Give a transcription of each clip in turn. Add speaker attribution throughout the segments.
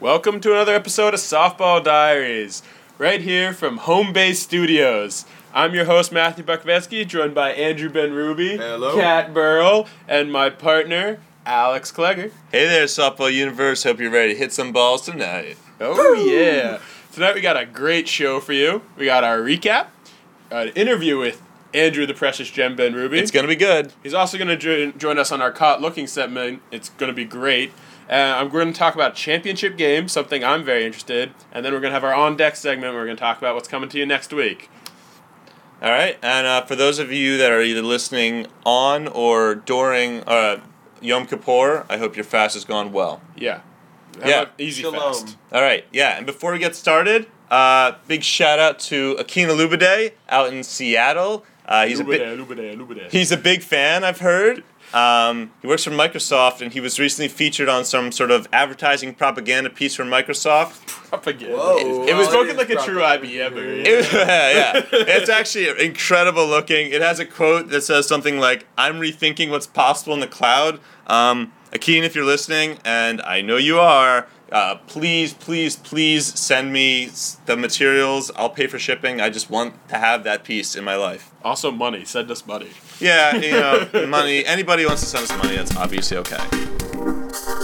Speaker 1: Welcome to another episode of Softball Diaries, right here from Home Base Studios. I'm your host, Matthew Buckveski, joined by Andrew Ben Ruby,
Speaker 2: Hello.
Speaker 1: Kat Burrell, and my partner, Alex Klegger.
Speaker 3: Hey there, softball universe. Hope you're ready to hit some balls tonight.
Speaker 1: Oh, yeah. Tonight we got a great show for you. We got our recap, an interview with Andrew the Precious Gem Ben Ruby.
Speaker 3: It's gonna be good.
Speaker 1: He's also going to jo- join us on our caught looking segment. It's going to be great. Uh, I'm going to talk about championship game, something I'm very interested, and then we're going to have our on deck segment. Where we're going to talk about what's coming to you next week.
Speaker 3: All right, and uh, for those of you that are either listening on or during uh, Yom Kippur, I hope your fast has gone well.
Speaker 1: Yeah, How
Speaker 3: Yeah.
Speaker 1: about easy
Speaker 2: Shalom.
Speaker 1: fast.
Speaker 3: All right, yeah, and before we get started, uh, big shout out to Akina Lubide out in Seattle. Uh, he's a big,
Speaker 1: Lubide, Lubide, Lubide.
Speaker 3: He's a big fan, I've heard. Um, he works for Microsoft, and he was recently featured on some sort of advertising propaganda piece from Microsoft.
Speaker 1: propaganda.
Speaker 2: Whoa.
Speaker 1: It was
Speaker 2: Well,
Speaker 1: spoken
Speaker 2: it
Speaker 1: like
Speaker 2: is
Speaker 1: a true E
Speaker 2: propaganda.
Speaker 1: IBM.
Speaker 3: It was- yeah, it's actually incredible looking. It has a quote that says something like, "I'm rethinking what's possible in the cloud." Um, Akeen, if you're listening, and I know you are, uh, please, please, please send me s- the materials. I'll pay for shipping. I just want to have that piece in my life.
Speaker 1: also, money. Send us money.
Speaker 3: Yeah, you know, money. Anybody who wants to send us money, that's obviously okay.
Speaker 1: All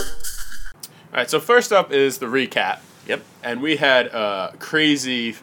Speaker 1: right. So first up is the recap.
Speaker 3: Yep.
Speaker 1: and we had a crazy.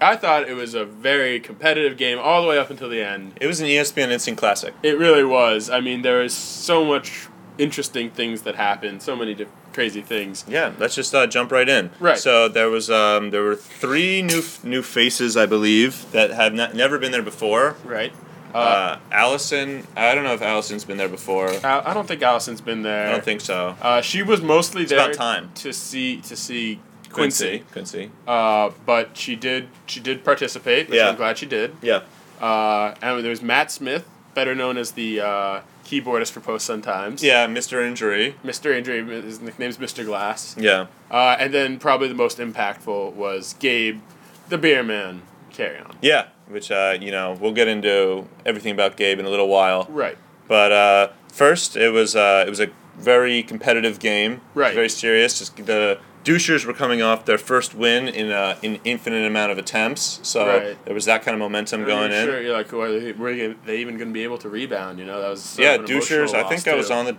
Speaker 1: I thought it was a very competitive game all the way up until the end.
Speaker 3: It was an E ESPN Instant Classic.
Speaker 1: It really was. I mean, there is so much interesting things that happened, so many diff- crazy things.
Speaker 3: Yeah, let's just uh, jump right in.
Speaker 1: Right.
Speaker 3: So there was um, there were three new new faces, I believe, that have not, never been there before.
Speaker 1: Right. Uh,
Speaker 3: Uh, Allison, I don't know if Allison's been there before.
Speaker 1: I, I don't think Allison's been there.
Speaker 3: I don't think so.
Speaker 1: Uh, she was mostly there
Speaker 3: about time.
Speaker 1: to see to see Quincy,
Speaker 3: Quincy.
Speaker 1: Uh, but she did she did participate, which
Speaker 3: Yeah.
Speaker 1: I'm glad she did.
Speaker 3: Yeah.
Speaker 1: Uh, and there was Matt Smith, better known as the uh, keyboardist for Post Sun Times.
Speaker 3: Yeah, Mr. Injury.
Speaker 1: Mr. Injury, his nickname's Mr. Glass.
Speaker 3: Yeah.
Speaker 1: Uh, and then probably the most impactful was Gabe, the beer man. Carry on.
Speaker 3: Yeah. Which uh, you know we'll get into everything about Gabe in a little while.
Speaker 1: Right.
Speaker 3: But uh, first, it was uh, it was a very competitive game.
Speaker 1: Right.
Speaker 3: Very serious. Just the douchers were coming off their first win in uh, an infinite amount of attempts, so
Speaker 1: Right.
Speaker 3: there was that kind of momentum going
Speaker 1: you're
Speaker 3: in.
Speaker 1: Sure, you're like, well, are they, were they gonna- they even going to be able to rebound? You know, that was sort
Speaker 3: yeah,
Speaker 1: of an emotional
Speaker 3: douchers. I
Speaker 1: loss,
Speaker 3: think I was
Speaker 1: too.
Speaker 3: on the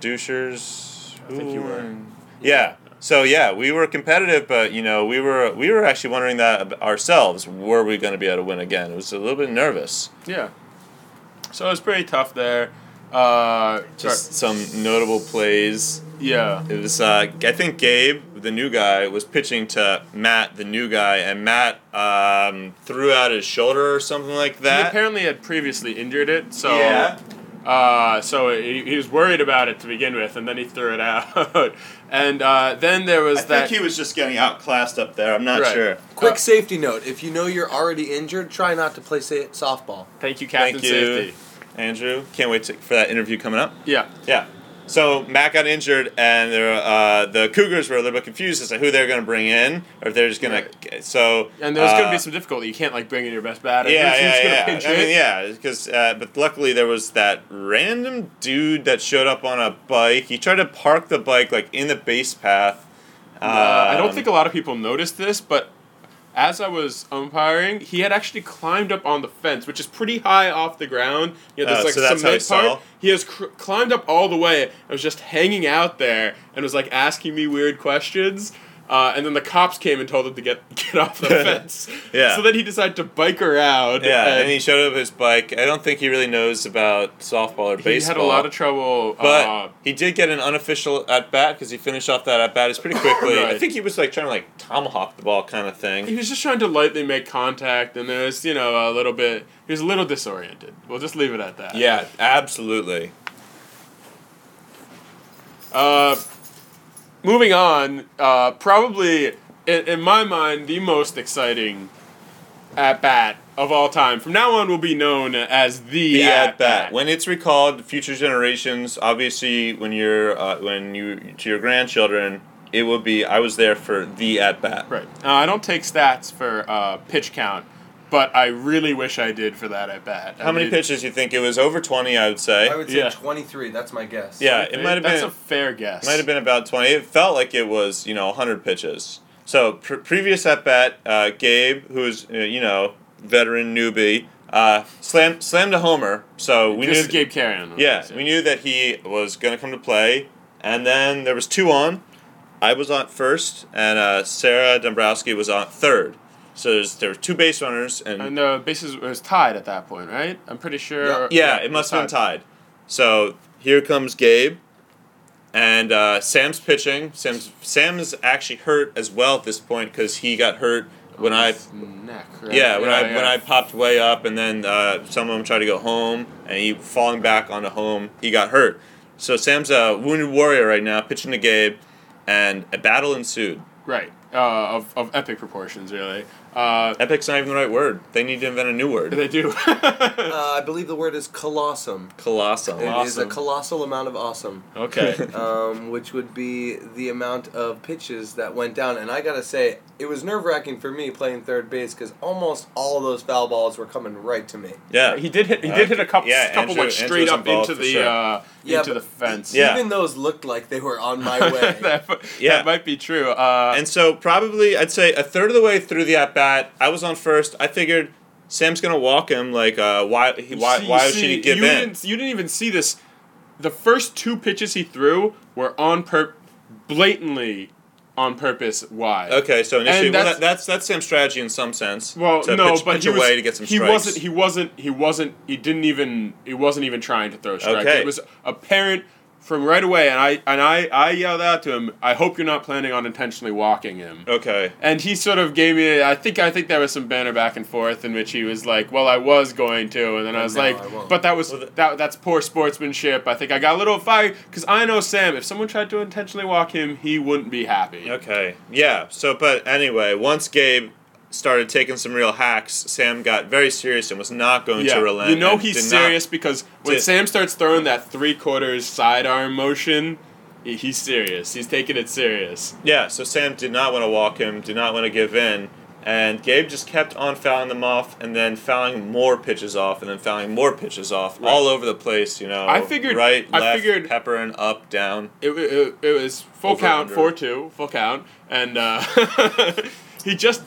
Speaker 3: douchers.
Speaker 1: I think you were.
Speaker 3: Yeah. So yeah, we were competitive, but you know we were we were actually wondering that ab- ourselves. Were we going to be able to win again? It was a little bit nervous.
Speaker 1: Yeah. So it was pretty tough there. Uh,
Speaker 3: Just some notable plays.
Speaker 1: yeah.
Speaker 3: It was, uh, I think Gabe, the new guy, was pitching to Matt, the new guy, and Matt um, threw out his shoulder or something like
Speaker 1: he
Speaker 3: that.
Speaker 1: apparently had previously injured it, so
Speaker 3: yeah.
Speaker 1: Uh, so he, he was worried about it to begin with, and then he threw it out. and uh, then there was
Speaker 3: I
Speaker 1: that.
Speaker 3: think he was just getting outclassed up there. I'm not
Speaker 1: Right.
Speaker 3: sure.
Speaker 2: Quick
Speaker 1: Uh,
Speaker 2: safety note: If you know you're already injured, try not to play sa- softball.
Speaker 1: thank you, Captain
Speaker 3: Thank you.
Speaker 1: Safety.
Speaker 3: Andrew, can't wait to, for that interview coming up.
Speaker 1: Yeah.
Speaker 3: Yeah. So Matt got injured, and they're, uh, the Cougars were a little bit confused as to who they're going to bring in, or if they're just going
Speaker 1: Right.
Speaker 3: to. So
Speaker 1: And there's going to
Speaker 3: uh,
Speaker 1: be some difficulty. You can't like bring in your best batter.
Speaker 3: Yeah,
Speaker 1: Who's-
Speaker 3: yeah,
Speaker 1: who's gonna
Speaker 3: yeah.
Speaker 1: pinch
Speaker 3: I
Speaker 1: hit?
Speaker 3: mean, yeah, because uh, but luckily there was that random dude that showed up on a bike. He tried to park the bike like in the base path.
Speaker 1: Uh, I
Speaker 3: Um,
Speaker 1: don't think a lot of people noticed this, but as I was umpiring, he had actually climbed up on the fence, which is pretty high off the ground. You know, there's
Speaker 3: Oh,
Speaker 1: like
Speaker 3: so that's how
Speaker 1: cement
Speaker 3: he saw?
Speaker 1: part. He has cr- climbed up all the way and was just hanging out there and was like asking me weird questions. Uh, and then the cops came and told him to get get off the fence.
Speaker 3: Yeah.
Speaker 1: So then he decided to bike around.
Speaker 3: Yeah,
Speaker 1: and,
Speaker 3: and he showed up his bike. I don't think he really knows about softball or
Speaker 1: he
Speaker 3: baseball.
Speaker 1: had a lot of trouble.
Speaker 3: But
Speaker 1: uh,
Speaker 3: he did get an unofficial at bat because he finished off that at bat is pretty quickly.
Speaker 1: Right.
Speaker 3: I think he was like trying to like tomahawk the ball kind of
Speaker 1: He
Speaker 3: thing.
Speaker 1: was just trying to lightly make contact, and there was, you know, a little bit. He was a little disoriented. We'll just leave it at that.
Speaker 3: Yeah, absolutely.
Speaker 1: Uh, moving on, uh, probably in, in my mind the most exciting at bat of all time. From now on, will be known as the,
Speaker 3: The at
Speaker 1: at-bat.
Speaker 3: bat when it's recalled, future generations. Obviously, when you're uh, when you to your grandchildren, it will be. I was there for the at bat.
Speaker 1: Right. Uh, I don't take stats for uh, pitch count, but I really wish I did for that at bat.
Speaker 3: How many pitches you think it was? Over twenty, I would say.
Speaker 2: I would say
Speaker 1: Eh, Yeah.
Speaker 2: 23. That's my guess.
Speaker 3: Yeah, it might have
Speaker 1: That's
Speaker 3: been-
Speaker 1: a fair guess.
Speaker 3: Might have been about 20. It felt like it was, you know, 100 pitches. So, pre- previous at bat, uh, Gabe, who's, uh, you know, veteran newbie, uh, slammed, slammed a homer. So we
Speaker 1: this
Speaker 3: knew.
Speaker 1: is Gabe Carrion.
Speaker 3: Yeah, we knew that he was going to come to play. And then there was two on. I was on first, and uh, Sarah Dombrowski was on third. So there's, there were two base runners, and,
Speaker 1: And the bases it was tied at that point, right? I'm pretty sure.
Speaker 3: yeah,
Speaker 2: Yeah.
Speaker 3: it must have been tied. So here comes Gabe, and uh, Sam's pitching. Sam's Sam's actually hurt as well at this point because he got hurt when I
Speaker 1: His neck. Right?
Speaker 3: yeah when I
Speaker 1: yeah.
Speaker 3: when I popped way up, and then uh, some of them tried to go home, and he falling back onto home. He got hurt. So Sam's a wounded warrior right now, pitching to Gabe, and a battle ensued.
Speaker 1: right uh, of of epic proportions, really. Uh,
Speaker 3: Epic's not even the right word. They need to invent a new word.
Speaker 1: they do.
Speaker 2: Uh, I believe the word is colossum.
Speaker 3: Colossal.
Speaker 2: It is a
Speaker 1: Awesome.
Speaker 2: colossal amount of awesome,
Speaker 3: Okay.
Speaker 2: um, which would be the amount of pitches that went down. And I gotta say, it was nerve wracking for me playing third base because almost all those foul balls were coming right to me.
Speaker 3: Yeah.
Speaker 1: he did hit. He
Speaker 3: Uh,
Speaker 1: did hit a couple.
Speaker 3: yeah,
Speaker 1: couple
Speaker 3: Andrew-
Speaker 1: like
Speaker 3: Andrew
Speaker 1: straight
Speaker 3: was
Speaker 1: up
Speaker 3: involved
Speaker 1: into
Speaker 3: for
Speaker 1: the
Speaker 3: sure.
Speaker 1: uh,
Speaker 2: Yeah,
Speaker 1: into the
Speaker 2: but
Speaker 1: fence.
Speaker 3: Yeah.
Speaker 2: Even those looked like they were on my way.
Speaker 1: that, yeah,
Speaker 3: Yeah.
Speaker 1: that might be true. Uh,
Speaker 3: And so probably I'd say a third of the way through the at bat, I was on first. I figured Sam's gonna walk him. Like uh, why he, why
Speaker 1: See-
Speaker 3: why
Speaker 1: you
Speaker 3: should he
Speaker 1: see,
Speaker 3: give
Speaker 1: you
Speaker 3: in?
Speaker 1: Didn't, you didn't even see this. The first two pitches he threw were on per, blatantly, on purpose wide.
Speaker 3: Okay, so initially
Speaker 1: And
Speaker 3: well,
Speaker 1: that's-
Speaker 3: that, that's that's Sam's strategy in some sense.
Speaker 1: Well,
Speaker 3: to
Speaker 1: no,
Speaker 3: pitch,
Speaker 1: but
Speaker 3: pitch
Speaker 1: he was,
Speaker 3: away to get some
Speaker 1: he
Speaker 3: strikes.
Speaker 1: wasn't. He wasn't. He wasn't. He didn't even. He wasn't even trying to throw a strike.
Speaker 3: Okay.
Speaker 1: It was apparent from right away, and I and I I yelled out to him. I hope you're not planning on intentionally walking him.
Speaker 3: okay.
Speaker 1: And he sort of gave me. I think. I think there was some banter back and forth in which he was like, "Well, I was going to," and then I was
Speaker 2: No,
Speaker 1: like,
Speaker 2: I won't.
Speaker 1: "But that was
Speaker 3: Well, the-
Speaker 1: that. That's poor sportsmanship." I think I got a little fired because I know Sam. If someone tried to intentionally walk him, he wouldn't be happy.
Speaker 3: Okay. Yeah. So, but anyway, once Gabe started taking some real hacks, Sam got very serious and was not going
Speaker 1: Yeah,
Speaker 3: to relent.
Speaker 1: you know
Speaker 3: and
Speaker 1: he's
Speaker 3: did not-
Speaker 1: serious because when
Speaker 3: did-
Speaker 1: Sam starts throwing that three quarters sidearm motion, he- he's serious. He's taking it serious.
Speaker 3: Yeah, so Sam did not want to walk him, did not want to give in, and Gabe just kept on fouling them off and then fouling more pitches off and then fouling more pitches off all over the place, you know.
Speaker 1: I figured-
Speaker 3: right,
Speaker 1: I
Speaker 3: left,
Speaker 1: figured-
Speaker 3: pepper and up, down.
Speaker 1: It, wa- it, it was full
Speaker 3: Over,
Speaker 1: count,
Speaker 3: under.
Speaker 1: four two, full count, and uh, he just.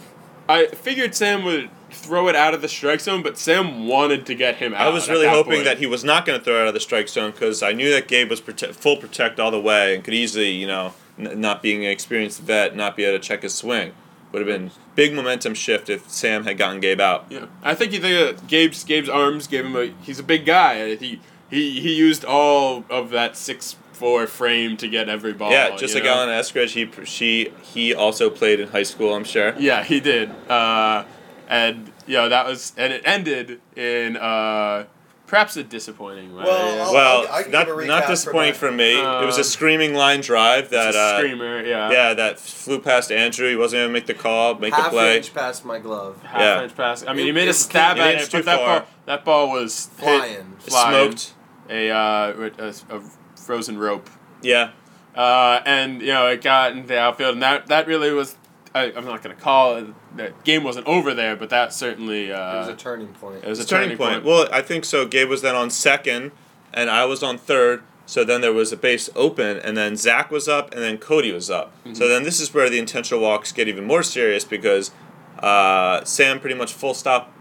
Speaker 1: I figured Sam would throw it out of the strike zone, but Sam wanted to get him out.
Speaker 3: I was
Speaker 1: at
Speaker 3: really hoping
Speaker 1: point.
Speaker 3: that he was not going to throw it out of the strike zone because I knew that Gabe was prote- full protect all the way and could easily, you know, n- not being an experienced vet, not be able to check his swing. Would have been big momentum shift if Sam had gotten Gabe out.
Speaker 1: Yeah, I think he think that Gabe's Gabe's arms gave him a. He's a big guy. and He he he used all of that six four frame to get every ball.
Speaker 3: Yeah, just
Speaker 1: you
Speaker 3: like
Speaker 1: know?
Speaker 3: Alan Eskridge, he pr- she he also played in high school. I'm sure.
Speaker 1: Yeah, he did. Uh, and you know that was, and it ended in uh, perhaps a disappointing way.
Speaker 2: Well, I'll-
Speaker 3: Well,
Speaker 2: I can
Speaker 3: not,
Speaker 2: give a recap
Speaker 3: not
Speaker 2: for
Speaker 3: disappointing
Speaker 2: mine.
Speaker 3: for, me. it was a screaming line drive that
Speaker 1: It's a
Speaker 3: uh,
Speaker 1: screamer, yeah,
Speaker 3: yeah, that flew past Andrew. He wasn't gonna make the call, make the
Speaker 2: Half
Speaker 3: play.
Speaker 2: inch past my glove.
Speaker 1: half
Speaker 3: yeah.
Speaker 1: inch pass. I mean, he
Speaker 2: It-
Speaker 1: made
Speaker 2: it
Speaker 1: a stab
Speaker 3: came- it
Speaker 1: at
Speaker 3: is
Speaker 1: it,
Speaker 3: too
Speaker 1: but that
Speaker 3: far.
Speaker 1: ball that ball was hit-
Speaker 2: Flying.
Speaker 3: It
Speaker 1: flying.
Speaker 3: Smoked.
Speaker 1: a, uh, with a a frozen rope,
Speaker 3: Yeah.
Speaker 1: uh, and you know it got into the outfield, and that that really was. I, I'm not gonna call it. The game wasn't over there, but that certainly uh,
Speaker 2: It was a turning point.
Speaker 1: it was a
Speaker 3: turning point. Well, I think so. Gabe was then on second, and I was on third. So then there was a base open, and then Zach was up, and then Cody was up. So then this is where the intentional walks get even more serious because uh, Sam pretty much full stop.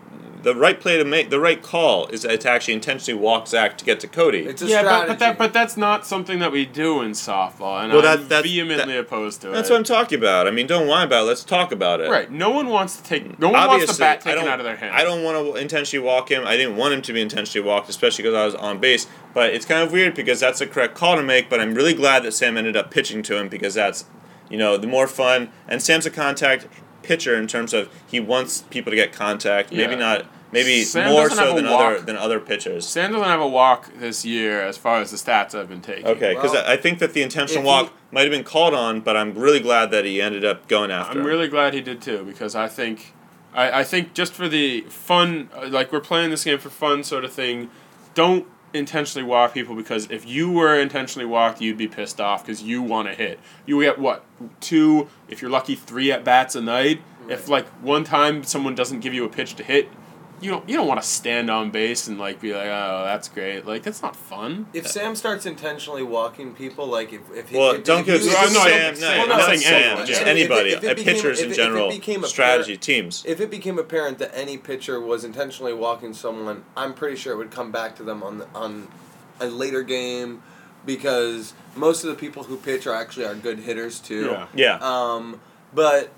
Speaker 3: The right play to make, the right call is to actually intentionally walk Zach to get to Cody.
Speaker 2: It's a
Speaker 1: yeah, but,
Speaker 2: strategy.
Speaker 1: but that but that's not something that we do in softball, and
Speaker 3: Well, that-
Speaker 1: I'm
Speaker 3: that's-
Speaker 1: vehemently
Speaker 3: that-
Speaker 1: opposed to
Speaker 3: That's
Speaker 1: it.
Speaker 3: what I'm talking about. I mean, don't whine about it. Let's talk about it.
Speaker 1: Right. No one wants to take. No one wants the
Speaker 3: Obviously,
Speaker 1: bat
Speaker 3: I
Speaker 1: taken
Speaker 3: don't-
Speaker 1: out of their hand.
Speaker 3: I don't want to intentionally walk him. I didn't want him to be intentionally walked, especially because I was on base. But it's kind of weird because that's the correct call to make. But I'm really glad that Sam ended up pitching to him because that's, you know, the more fun. And Sam's a contact pitcher in terms of he wants people to get contact. Maybe
Speaker 1: Yeah.
Speaker 3: not. Maybe
Speaker 1: Sam
Speaker 3: more
Speaker 1: doesn't have
Speaker 3: so
Speaker 1: a
Speaker 3: than
Speaker 1: walk.
Speaker 3: other than other pitchers.
Speaker 1: Sam doesn't have a walk this year, as far as the stats I've been taking.
Speaker 3: Okay, because
Speaker 2: Well,
Speaker 3: I I think that the intentional
Speaker 2: if he-
Speaker 3: walk might have been called on, but I'm really glad that he ended up going after.
Speaker 1: I'm
Speaker 3: him.
Speaker 1: really glad he did too, because I think, I, I think just for the fun, uh, like we're playing this game for fun sort of thing. Don't intentionally walk people because if you were intentionally walked, you'd be pissed off because you want to hit. You get what two, if you're lucky, three at bats a night. If like one time someone doesn't give you a pitch to hit, you don't you don't want to stand on base and like be like, oh, that's great. Like that's not fun.
Speaker 2: If Sam starts intentionally walking people, like if if he,
Speaker 3: Well,
Speaker 2: if,
Speaker 3: don't
Speaker 2: if
Speaker 3: give
Speaker 2: he-
Speaker 1: Well,
Speaker 3: Sam,
Speaker 1: no, I don't
Speaker 3: Sam,
Speaker 1: think
Speaker 3: no,
Speaker 1: Sam. I'm
Speaker 3: not
Speaker 1: not saying
Speaker 3: Sam,
Speaker 1: anyone.
Speaker 3: just
Speaker 1: If it-
Speaker 3: anybody,
Speaker 2: if it
Speaker 3: uh,
Speaker 2: became-
Speaker 3: pitchers
Speaker 2: if it-
Speaker 3: in
Speaker 2: if it
Speaker 3: general,
Speaker 2: became a
Speaker 3: strategy
Speaker 2: parent-
Speaker 3: teams.
Speaker 2: If it became apparent that any pitcher was intentionally walking someone, I'm pretty sure it would come back to them on the, on a later game because most of the people who pitch are actually are good hitters too.
Speaker 1: Yeah.
Speaker 3: yeah,
Speaker 2: Um, but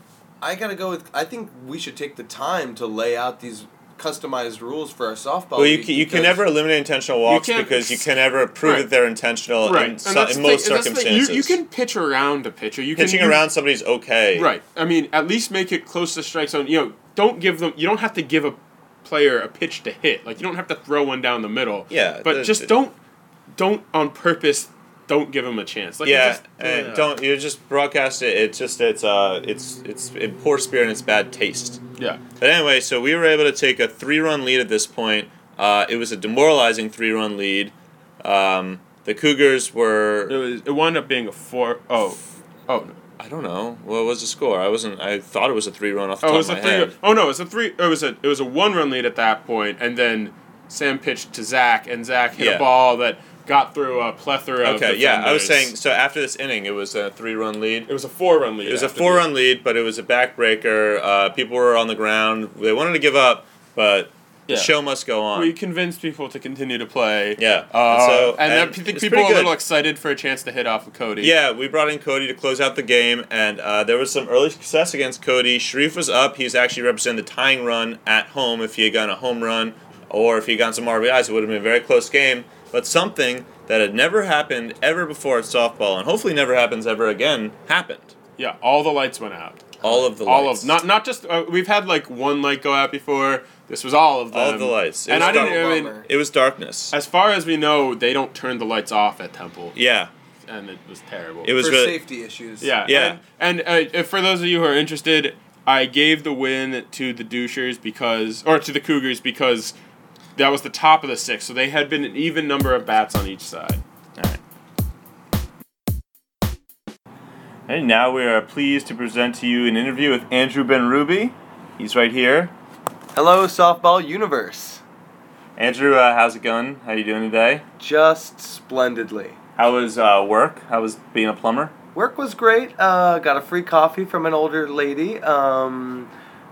Speaker 2: I gotta go with. I think we should take the time to lay out these customized rules for our softball.
Speaker 3: Well, you,
Speaker 2: league
Speaker 3: ca- you can
Speaker 2: because-
Speaker 3: never eliminate intentional walks
Speaker 1: can't-
Speaker 3: because you can never prove
Speaker 1: Right.
Speaker 3: that they're intentional in,
Speaker 1: Right,
Speaker 3: so,
Speaker 1: and that's
Speaker 3: in
Speaker 1: the-
Speaker 3: most
Speaker 1: and that's the-
Speaker 3: circumstances.
Speaker 1: you, you can pitch around a pitcher. You
Speaker 3: pitching
Speaker 1: can, you-
Speaker 3: around somebody's okay.
Speaker 1: Right. I mean, at least make it close to strike zone. You know, don't give them. You don't have to give a player a pitch to hit. Like you don't have to throw one down the middle.
Speaker 3: Yeah,
Speaker 1: But
Speaker 3: the-
Speaker 1: just
Speaker 3: the-
Speaker 1: don't, don't on purpose. Don't give them a chance. Like
Speaker 3: Yeah,
Speaker 1: just-
Speaker 3: and
Speaker 1: yeah.
Speaker 3: don't you just broadcast it? It's just it's uh it's it's in poor spirit and it's bad taste.
Speaker 1: Yeah.
Speaker 3: But anyway, so we were able to take a three-run lead at this point. Uh, it was a demoralizing three-run lead. Um, the Cougars were
Speaker 1: It was. It wound up being a four. Oh. Oh. no.
Speaker 3: I don't know. What was the score? I wasn't. I thought it was a three run off the
Speaker 1: Oh, it
Speaker 3: top
Speaker 1: was
Speaker 3: of my
Speaker 1: a three.
Speaker 3: head.
Speaker 1: Oh no, it was a three. It was a. It was a one-run lead at that point, and then Sam pitched to Zach, and Zach hit
Speaker 3: Yeah.
Speaker 1: a ball that got through a plethora. of
Speaker 3: Okay, yeah. I was
Speaker 1: defenders.
Speaker 3: saying. So after this inning, it was a three run lead.
Speaker 1: it was a four-run lead.
Speaker 3: It was a
Speaker 1: after
Speaker 3: four
Speaker 1: the-
Speaker 3: run lead, but it was a backbreaker. Uh, people were on the ground. They wanted to give up, but
Speaker 1: Yeah.
Speaker 3: the show must go on.
Speaker 1: We convinced people to continue to play.
Speaker 3: yeah.
Speaker 1: Uh,
Speaker 3: so
Speaker 1: and that p-
Speaker 3: it's
Speaker 1: people
Speaker 3: pretty
Speaker 1: were a
Speaker 3: good.
Speaker 1: little excited for a chance to hit off of Cody.
Speaker 3: Yeah, we brought in Cody to close out the game, and uh, there was some early success against Cody. Sharif was up. He's actually represented the tying run at home. If he had gotten a home run or if he had gotten some RBIs, it would have been a very close game. But something that had never happened ever before at softball, and hopefully never happens ever again, happened.
Speaker 1: yeah. All the lights went out.
Speaker 3: All of the
Speaker 1: all
Speaker 3: lights.
Speaker 1: of not not just uh, we've had like one light go out before. This was all of them.
Speaker 3: All of the lights. It
Speaker 1: and
Speaker 3: was
Speaker 1: I didn't.
Speaker 2: double
Speaker 1: I mean,
Speaker 2: bummer.
Speaker 3: It was darkness.
Speaker 1: as far as we know, they don't turn the lights off at Temple,
Speaker 3: Yeah,
Speaker 1: and it was terrible.
Speaker 3: it was
Speaker 2: for
Speaker 3: really.
Speaker 2: safety issues.
Speaker 1: Yeah.
Speaker 3: Yeah.
Speaker 1: And, and, uh, if- for those of you who are interested, I gave the win to the Douchers because, or to the Cougars because that was the top of the sixth. So they had been an even number of bats on each side.
Speaker 3: All right. And now we are pleased to present to you an interview with Andrew Ben Ruby. He's right here.
Speaker 2: Hello, softball universe.
Speaker 3: Andrew, uh, how's it going? How you doing today?
Speaker 2: Just splendidly.
Speaker 3: How was uh, work? How was being a plumber?
Speaker 2: Work was great. Uh, got a free coffee from an older lady. Um,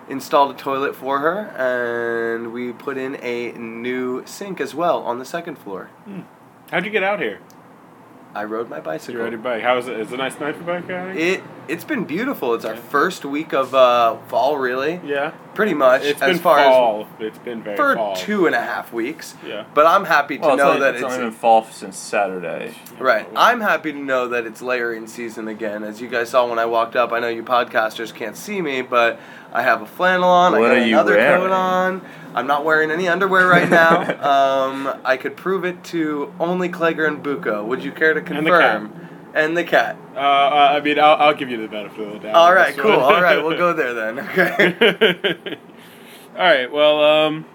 Speaker 2: installed a toilet for her, and we put in a new sink as well on the second floor.
Speaker 1: How'd you get out here?
Speaker 2: I rode my bicycle.
Speaker 1: You rode your bike. How was it? Is it a nice night for bike riding?
Speaker 2: It it's been beautiful. It's our
Speaker 1: Yeah.
Speaker 2: first week of uh, fall, really.
Speaker 1: yeah.
Speaker 2: Pretty much
Speaker 1: It's
Speaker 2: as
Speaker 1: been
Speaker 2: far
Speaker 1: fall. it's been very
Speaker 2: as for
Speaker 1: fall.
Speaker 2: two and a half weeks.
Speaker 1: Yeah.
Speaker 2: But I'm happy to know that it's,
Speaker 3: fall since Saturday.
Speaker 2: Right. I'm happy to know that it's layering season again. As you guys saw when I walked up, I know you podcasters can't see me, but I have a flannel on.
Speaker 3: What
Speaker 2: I got
Speaker 3: are you
Speaker 2: another
Speaker 3: wearing?
Speaker 2: coat on. I'm not wearing any underwear right now. um, I could prove it to only Kleger and Bucco. Would you care to
Speaker 1: And the cat.
Speaker 2: confirm? And the cat.
Speaker 1: Uh, uh, I mean, I'll, I'll give you the benefit of the doubt.
Speaker 2: All right, cool. All right, we'll go there then. Okay.
Speaker 1: All right. Well, um,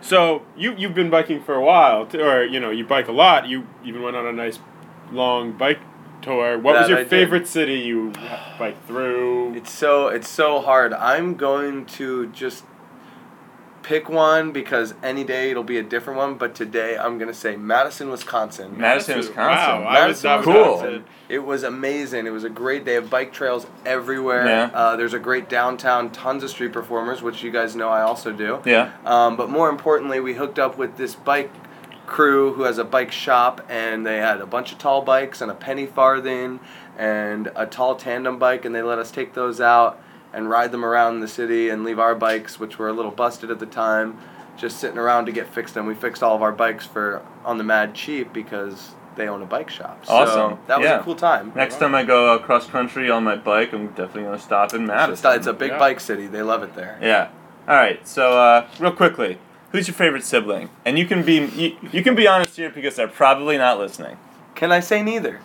Speaker 1: so you you've been biking for a while, t- or you know, you bike a lot. You even went on a nice long bike tour. What was
Speaker 2: That
Speaker 1: your
Speaker 2: I did.
Speaker 1: favorite city you biked through?
Speaker 2: It's so it's so hard. I'm going to just pick one because any day it'll be a different one. But today I'm gonna say Madison, Wisconsin.
Speaker 3: Madison, Wisconsin.
Speaker 1: Wow, I was
Speaker 2: Madison,
Speaker 1: not
Speaker 3: Cool.
Speaker 1: Wisconsin.
Speaker 2: It was amazing. It was a great day of bike trails everywhere.
Speaker 3: Yeah.
Speaker 2: Uh, there's a great downtown, tons of street performers, which you guys know I also do.
Speaker 3: Yeah.
Speaker 2: Um, but more importantly, we hooked up with this bike crew who has a bike shop, and they had a bunch of tall bikes and a penny farthing and a tall tandem bike, and they let us take those out and ride them around the city and leave our bikes, which were a little busted at the time, just sitting around to get fixed. And we fixed all of our bikes for on the mad cheap because they own a bike shop. So
Speaker 3: Awesome.
Speaker 2: that was
Speaker 3: Yeah.
Speaker 2: a cool time.
Speaker 3: Next time I go across country on my bike, I'm definitely gonna stop in Madison.
Speaker 2: It's, it's a big
Speaker 1: Yeah.
Speaker 2: bike city. They love it there.
Speaker 3: Yeah. All right. So uh, real quickly, who's your favorite sibling? And you can be you, you can be honest here because they're probably not listening.
Speaker 2: Can I say neither?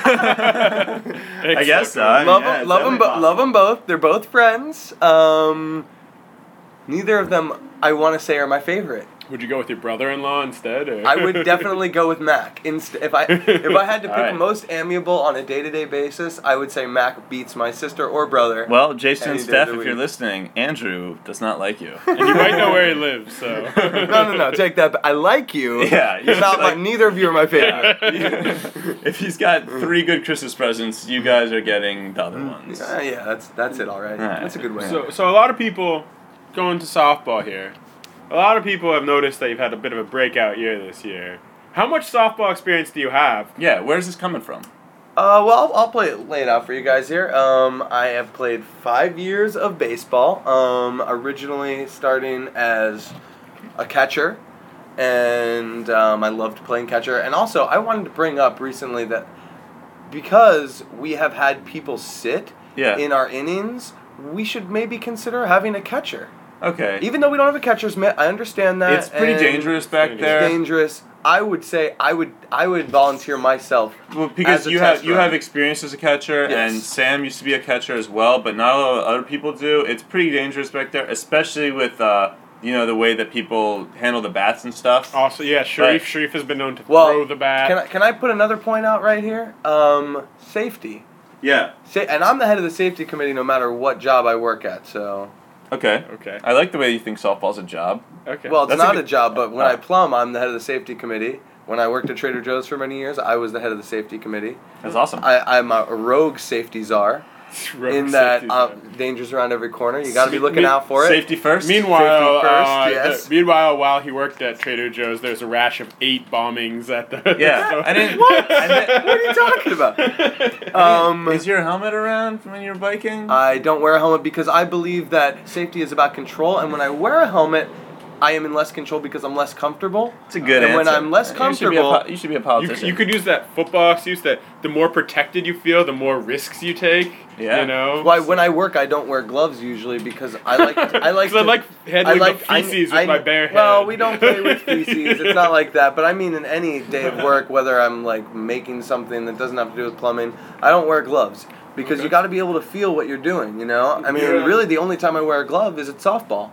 Speaker 3: I guess so. I mean,
Speaker 2: love
Speaker 3: yeah,
Speaker 2: them,
Speaker 3: it's
Speaker 2: love
Speaker 3: definitely
Speaker 2: them, bo- love them both. They're both friends. Um, neither of them, I want to say, are my favorite.
Speaker 1: Would you go with your brother-in-law instead? Or?
Speaker 2: I would definitely go with Mac. Inst- if I if I had to pick
Speaker 3: All right.
Speaker 2: most amiable on a day to day basis, I would say Mac beats my sister or brother.
Speaker 3: Well, Jason and
Speaker 2: Any day of
Speaker 3: Steph,
Speaker 2: the
Speaker 3: if you're
Speaker 2: week.
Speaker 3: listening, Andrew does not like you.
Speaker 1: and you might know where he lives, so.
Speaker 2: no, no, no. Take that. back. I like you.
Speaker 3: Yeah,
Speaker 2: You're
Speaker 3: you
Speaker 2: not
Speaker 3: like-
Speaker 2: my. Neither of you are my favorite.
Speaker 3: if he's got three good Christmas presents, you guys are getting the
Speaker 1: Mm.
Speaker 3: other ones.
Speaker 2: Uh, yeah, that's that's it. All right.
Speaker 3: All right.
Speaker 2: That's a good way.
Speaker 1: So, so a lot of people going to softball here. A lot of people have noticed that you've had a bit of a breakout year this year. How much softball experience do you have?
Speaker 3: Yeah, where's this coming from?
Speaker 2: Uh, well, I'll, I'll play it, lay it out for you guys here. Um, I have played five years of baseball. Um, originally starting as a catcher, and um, I loved playing catcher. And also, I wanted to bring up recently that because we have had people sit
Speaker 3: Yeah.
Speaker 2: in our innings, we should maybe consider having a catcher.
Speaker 3: Okay.
Speaker 2: Even though we don't have a catcher's mitt, I understand that.
Speaker 3: it's pretty
Speaker 2: and
Speaker 3: dangerous back
Speaker 1: It's
Speaker 2: It's
Speaker 3: there.
Speaker 2: dangerous. I would say I would I would volunteer myself
Speaker 3: Well, because
Speaker 2: as a
Speaker 3: you have
Speaker 2: test
Speaker 3: you
Speaker 2: run.
Speaker 3: have experience as a catcher,
Speaker 2: Yes.
Speaker 3: and Sam used to be a catcher as well, but not a lot of other people do. It's pretty dangerous back there, especially with uh, you know the way that people handle the bats and stuff.
Speaker 1: Also, yeah, Sharif.
Speaker 3: Right.
Speaker 1: Sharif has been known to
Speaker 2: Well,
Speaker 1: throw the bat.
Speaker 2: Can I, can I put another point out right here? Um, safety.
Speaker 3: Yeah.
Speaker 2: Sa- and I'm the head of the safety committee no matter what job I work at. So,
Speaker 3: Okay.
Speaker 1: Okay.
Speaker 3: I like the way you think softball's a job.
Speaker 1: okay.
Speaker 2: well, it's
Speaker 3: That's a
Speaker 2: not a,
Speaker 3: good-
Speaker 2: job, but when I
Speaker 3: Oh.
Speaker 2: plumb, I'm the head of the safety committee. When I worked at Trader Joe's for many years, I was the head of the safety committee.
Speaker 3: That's awesome.
Speaker 2: I, I'm a rogue safety czar in that uh, dangers around every corner. You got to be
Speaker 1: Sweet.
Speaker 2: looking out for it.
Speaker 3: Safety first.
Speaker 1: meanwhile,
Speaker 2: safety first,
Speaker 1: uh,
Speaker 2: yes.
Speaker 1: the- meanwhile, while he worked at Trader Joe's, there's a rash of eight bombings at the.
Speaker 3: Yeah. I didn't.
Speaker 1: What?
Speaker 3: I didn't-
Speaker 2: What are you talking about? Um,
Speaker 3: is your helmet around when you're biking?
Speaker 2: I don't wear a helmet because I believe that safety is about control, and when I wear a helmet, I am in less control because I'm less comfortable.
Speaker 3: It's a good
Speaker 2: and when
Speaker 3: answer.
Speaker 2: I'm less
Speaker 3: You should be a
Speaker 2: comfortable-
Speaker 3: po- you should be a,
Speaker 1: You,
Speaker 3: politician.
Speaker 1: you could use that football excuse that the more protected you feel, the more risks you take.
Speaker 3: Yeah.
Speaker 1: You know.
Speaker 2: Why when I work I don't wear gloves usually because I like I like
Speaker 1: 'Cause I
Speaker 2: to-
Speaker 1: like handling the feces with my bare
Speaker 2: Well,
Speaker 1: hand.
Speaker 2: we don't play with feces. It's not like that, but I mean in any day of work whether I'm like making something that doesn't have to do with plumbing, I don't wear gloves because you got to be able to feel what you're doing, you know? I mean,
Speaker 1: Yeah.
Speaker 2: really the only time I wear a glove is at softball.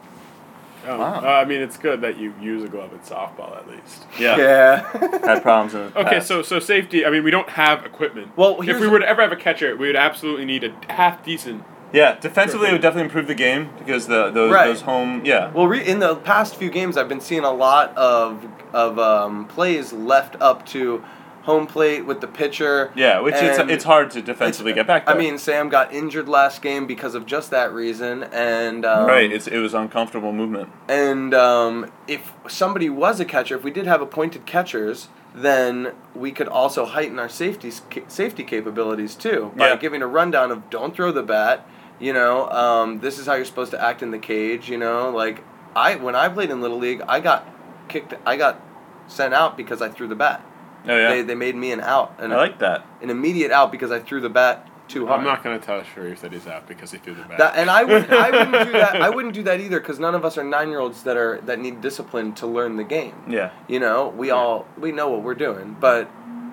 Speaker 1: Oh,
Speaker 3: Wow.
Speaker 1: uh, I mean, it's good that you use a glove in softball at least.
Speaker 3: yeah.
Speaker 2: Yeah.
Speaker 3: Had problems in the
Speaker 1: Okay,
Speaker 3: past.
Speaker 1: so so safety. I mean, we don't have equipment.
Speaker 2: Well,
Speaker 1: if
Speaker 2: here's-
Speaker 1: we were to ever have a catcher, we would absolutely need a half decent.
Speaker 3: yeah, defensively it would definitely improve the game because the those,
Speaker 2: Right.
Speaker 3: those home yeah.
Speaker 2: Well, re- in the past few games, I've been seeing a lot of of um, plays left up to home plate with the pitcher.
Speaker 3: Yeah, which it's
Speaker 2: and
Speaker 3: it's hard to defensively get back.
Speaker 2: I
Speaker 3: there.
Speaker 2: mean, Sam got injured last game because of just that reason, and um,
Speaker 3: right? It's it was uncomfortable movement.
Speaker 2: And um, if somebody was a catcher, if we did have appointed catchers, then we could also heighten our safety safety capabilities too by
Speaker 3: Yeah.
Speaker 2: giving a rundown of don't throw the bat. You know, um, this is how you're supposed to act in the cage. You know, like I when I played in little league, I got kicked. I got sent out because I threw the bat.
Speaker 3: Oh yeah,
Speaker 2: They, they made me an out, an,
Speaker 3: I like that.
Speaker 2: an immediate out because I threw the bat too hard.
Speaker 1: I'm not going to tell Sharif that he's out because he threw the bat.
Speaker 2: That, and I would I wouldn't do that I wouldn't do that either because none of us are nine year olds that are that need discipline to learn the game.
Speaker 3: Yeah,
Speaker 2: You know, we all we know what we're doing, but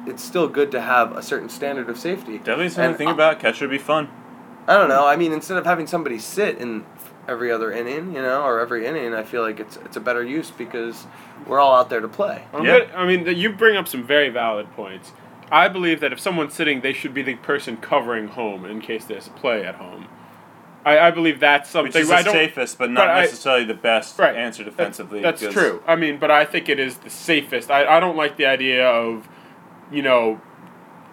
Speaker 2: it's still good to have a certain standard of safety.
Speaker 3: definitely something
Speaker 2: And
Speaker 3: to think
Speaker 2: I-
Speaker 3: about. Catcher would be fun.
Speaker 2: I don't know. I mean, instead of having somebody sit in every other inning, you know, or every inning, I feel like it's it's a better use because we're all out there to play.
Speaker 1: I'm
Speaker 3: Yeah.
Speaker 1: good- I mean, that you bring up some very valid points. I believe that if someone's sitting, they should be the person covering home in case there's a play at home. I, I believe that's something.
Speaker 3: Which is
Speaker 1: I
Speaker 3: the
Speaker 1: don't,
Speaker 3: safest, but not
Speaker 1: but I-
Speaker 3: necessarily the best
Speaker 1: Right.
Speaker 3: answer
Speaker 1: That-
Speaker 3: defensively.
Speaker 1: That's,
Speaker 3: because-
Speaker 1: true. I mean, but I think it is the safest. I, I don't like the idea of, you know,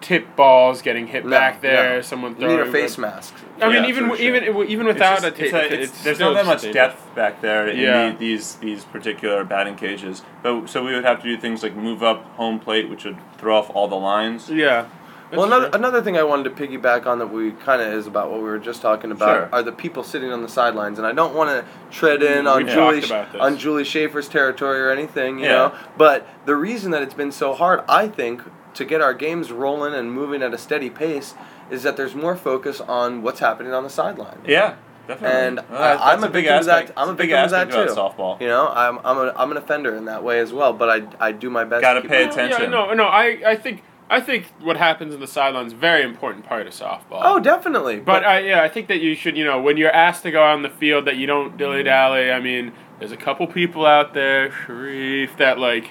Speaker 1: tip balls getting hit
Speaker 2: No,
Speaker 1: back there,
Speaker 2: no.
Speaker 1: someone
Speaker 2: You
Speaker 1: throwing.
Speaker 2: need a face mask.
Speaker 1: I mean,
Speaker 3: Yeah,
Speaker 1: even
Speaker 3: for
Speaker 1: w even w- even without
Speaker 3: It's just-
Speaker 1: a tape,
Speaker 3: it's a- it's- there's not that much depth back there in
Speaker 1: Yeah.
Speaker 3: the, these these particular batting cages. But so we would have to do things like move up home plate, which would throw off all the lines.
Speaker 1: Yeah.
Speaker 2: well,
Speaker 1: That's
Speaker 2: another,
Speaker 1: true.
Speaker 2: another thing I wanted to piggyback on that we kind of is about what we were just talking about
Speaker 3: Sure.
Speaker 2: are the people sitting on the sidelines, and I don't want to tread in on
Speaker 1: We've
Speaker 2: Julie
Speaker 1: talked about this.
Speaker 2: on Julie Schaefer's territory or anything, you
Speaker 3: Yeah.
Speaker 2: know. But the reason that it's been so hard, I think, to get our games rolling and moving at a steady pace is that there's more focus on what's happening on the sideline.
Speaker 3: Yeah, definitely.
Speaker 2: And
Speaker 3: Well,
Speaker 2: I,
Speaker 3: that's-
Speaker 2: I'm
Speaker 3: that's big
Speaker 2: a victim of that.
Speaker 3: aspect-
Speaker 2: I'm a
Speaker 3: it's big
Speaker 2: victim of that
Speaker 3: aspect
Speaker 2: too.
Speaker 3: about softball.
Speaker 2: You know, I'm I'm a, I'm an offender in that way as well. But I I do my best.
Speaker 3: Gotta
Speaker 2: keep
Speaker 3: pay
Speaker 2: it-
Speaker 3: attention.
Speaker 1: Yeah, no, no. I, I think I think what happens in the sidelines is a very important part of softball.
Speaker 2: Oh, definitely.
Speaker 1: but I, yeah, I think that you should you know when you're asked to go out on the field that you don't dilly dally. I mean, There's a couple people out there, Sharif, that like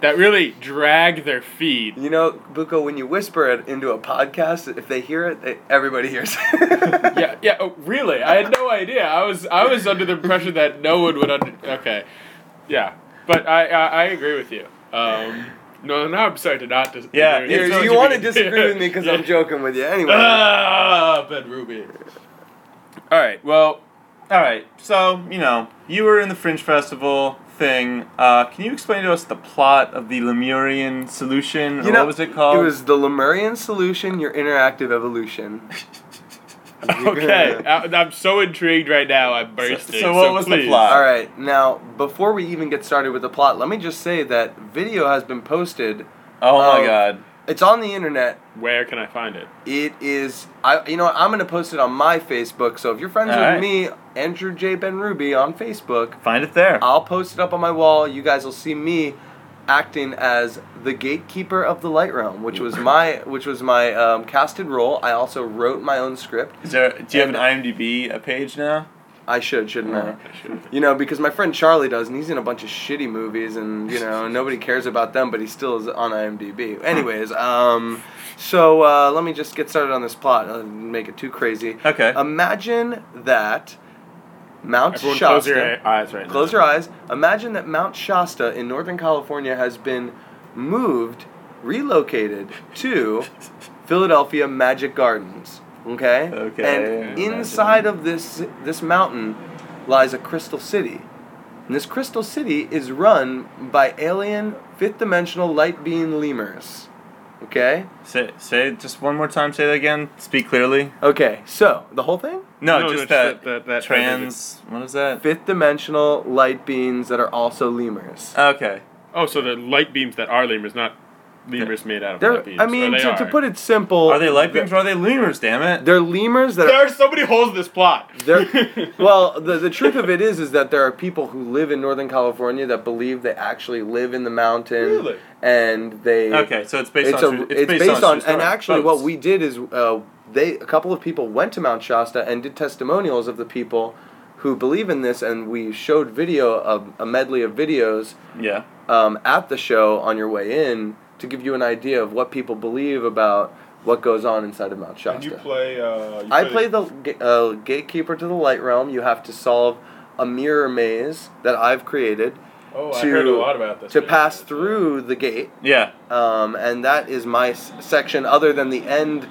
Speaker 1: that really drag their feet.
Speaker 2: You know, Buko, when you whisper it into a podcast, if they hear it, they, everybody hears it.
Speaker 1: yeah, yeah. Oh, really? I had no idea. I was I was under the impression that no one would under. Okay, yeah. But I I, I agree with you. Um, no, no, I'm sorry to not. Dis-
Speaker 3: Yeah,
Speaker 1: agree.
Speaker 3: yeah,
Speaker 1: It's
Speaker 2: You,
Speaker 1: not
Speaker 2: you
Speaker 1: what
Speaker 2: want to
Speaker 1: mean.
Speaker 2: disagree with me because I'm
Speaker 1: Yeah.
Speaker 2: joking with you. Anyway.
Speaker 1: Ah, Ben Ruby. All right. Well,
Speaker 3: All right, so you know you were in the Fringe Festival thing. Uh, can you explain to us the plot of the Lemurian solution? Or
Speaker 2: You know,
Speaker 3: what was it called?
Speaker 2: It was the Lemurian solution, your interactive evolution.
Speaker 1: okay. I, I'm so intrigued right now. I'm bursting.
Speaker 3: so what was the
Speaker 1: please.
Speaker 3: plot?
Speaker 2: All right, now before we even get started with the plot, let me just say that video has been posted.
Speaker 3: oh my
Speaker 2: Um,
Speaker 3: god!
Speaker 2: It's on the internet.
Speaker 1: Where can I find it?
Speaker 2: It is. I. You know, what, I'm gonna post it on my Facebook. So if you're friends
Speaker 3: All
Speaker 2: with
Speaker 3: right.
Speaker 2: me, Andrew J Ben Ruby on Facebook,
Speaker 3: Find it there.
Speaker 2: I'll post it up on my wall. You guys will see me acting as the gatekeeper of the light realm, which was my which was my um, casted role. I also wrote my own script.
Speaker 3: Is there? Do you have an
Speaker 2: and- uh,
Speaker 3: IMDb a page now?
Speaker 2: I should, shouldn't I?
Speaker 1: I should-
Speaker 2: You know, because my friend Charlie does, and he's in a bunch of shitty movies, and you know nobody cares about them, but he still is on IMDb. Anyways, um, so uh, let me just get started on this plot. Uh, make it too crazy.
Speaker 3: Okay.
Speaker 2: Imagine that Mount
Speaker 1: Everyone,
Speaker 2: Shasta.
Speaker 1: close your eyes right now.
Speaker 2: Close your eyes. Imagine that Mount Shasta in Northern California has been moved, relocated to Philadelphia Magic Gardens. Okay.
Speaker 3: Okay,
Speaker 2: And
Speaker 3: imagine.
Speaker 2: inside of this this mountain lies a crystal city. And this crystal city is run by alien fifth dimensional light being lemurs. Okay.
Speaker 3: Say, say it just one more time. Say that again. Speak clearly.
Speaker 2: Okay. So the whole thing.
Speaker 1: No,
Speaker 3: No,
Speaker 1: no,
Speaker 3: just
Speaker 1: just
Speaker 3: that,
Speaker 1: that- that- that-
Speaker 3: trans. What is that?
Speaker 2: Fifth dimensional light beings that are also lemurs.
Speaker 3: Okay.
Speaker 1: Oh, so the light beams that are lemurs, not lemurs made out of
Speaker 2: They're,
Speaker 1: light beams.
Speaker 2: I mean, to, to put it simple,
Speaker 3: Are they light beams or are they lemurs? Damn it!
Speaker 2: They're lemurs that
Speaker 1: there
Speaker 2: are
Speaker 1: are so many holes in this plot.
Speaker 2: There, well, the, the truth of it is, is that there are people who live in Northern California that believe they actually live in the mountain,
Speaker 1: Really?
Speaker 2: and they.
Speaker 3: okay, so it's based
Speaker 2: it's,
Speaker 3: on.
Speaker 2: a,
Speaker 3: true-
Speaker 2: it's, based on,
Speaker 3: true
Speaker 2: and
Speaker 3: story.
Speaker 2: actually,
Speaker 3: Boats.
Speaker 2: what we did is, uh, they a couple of people went to Mount Shasta and did testimonials of the people who believe in this, and we showed video of a medley of videos
Speaker 3: Yeah.
Speaker 2: um, at the show on your way in to give you an idea of what people believe about what goes on inside of Mount Shasta.
Speaker 1: you play. Uh, you
Speaker 2: I play the ga- uh, gatekeeper to the light realm. You have to solve a mirror maze that I've created
Speaker 1: Oh, I
Speaker 2: to-
Speaker 1: heard a lot about this.
Speaker 2: to
Speaker 1: movie.
Speaker 2: pass through the gate,
Speaker 3: Yeah.
Speaker 2: um, and that is my s- section. Other than the end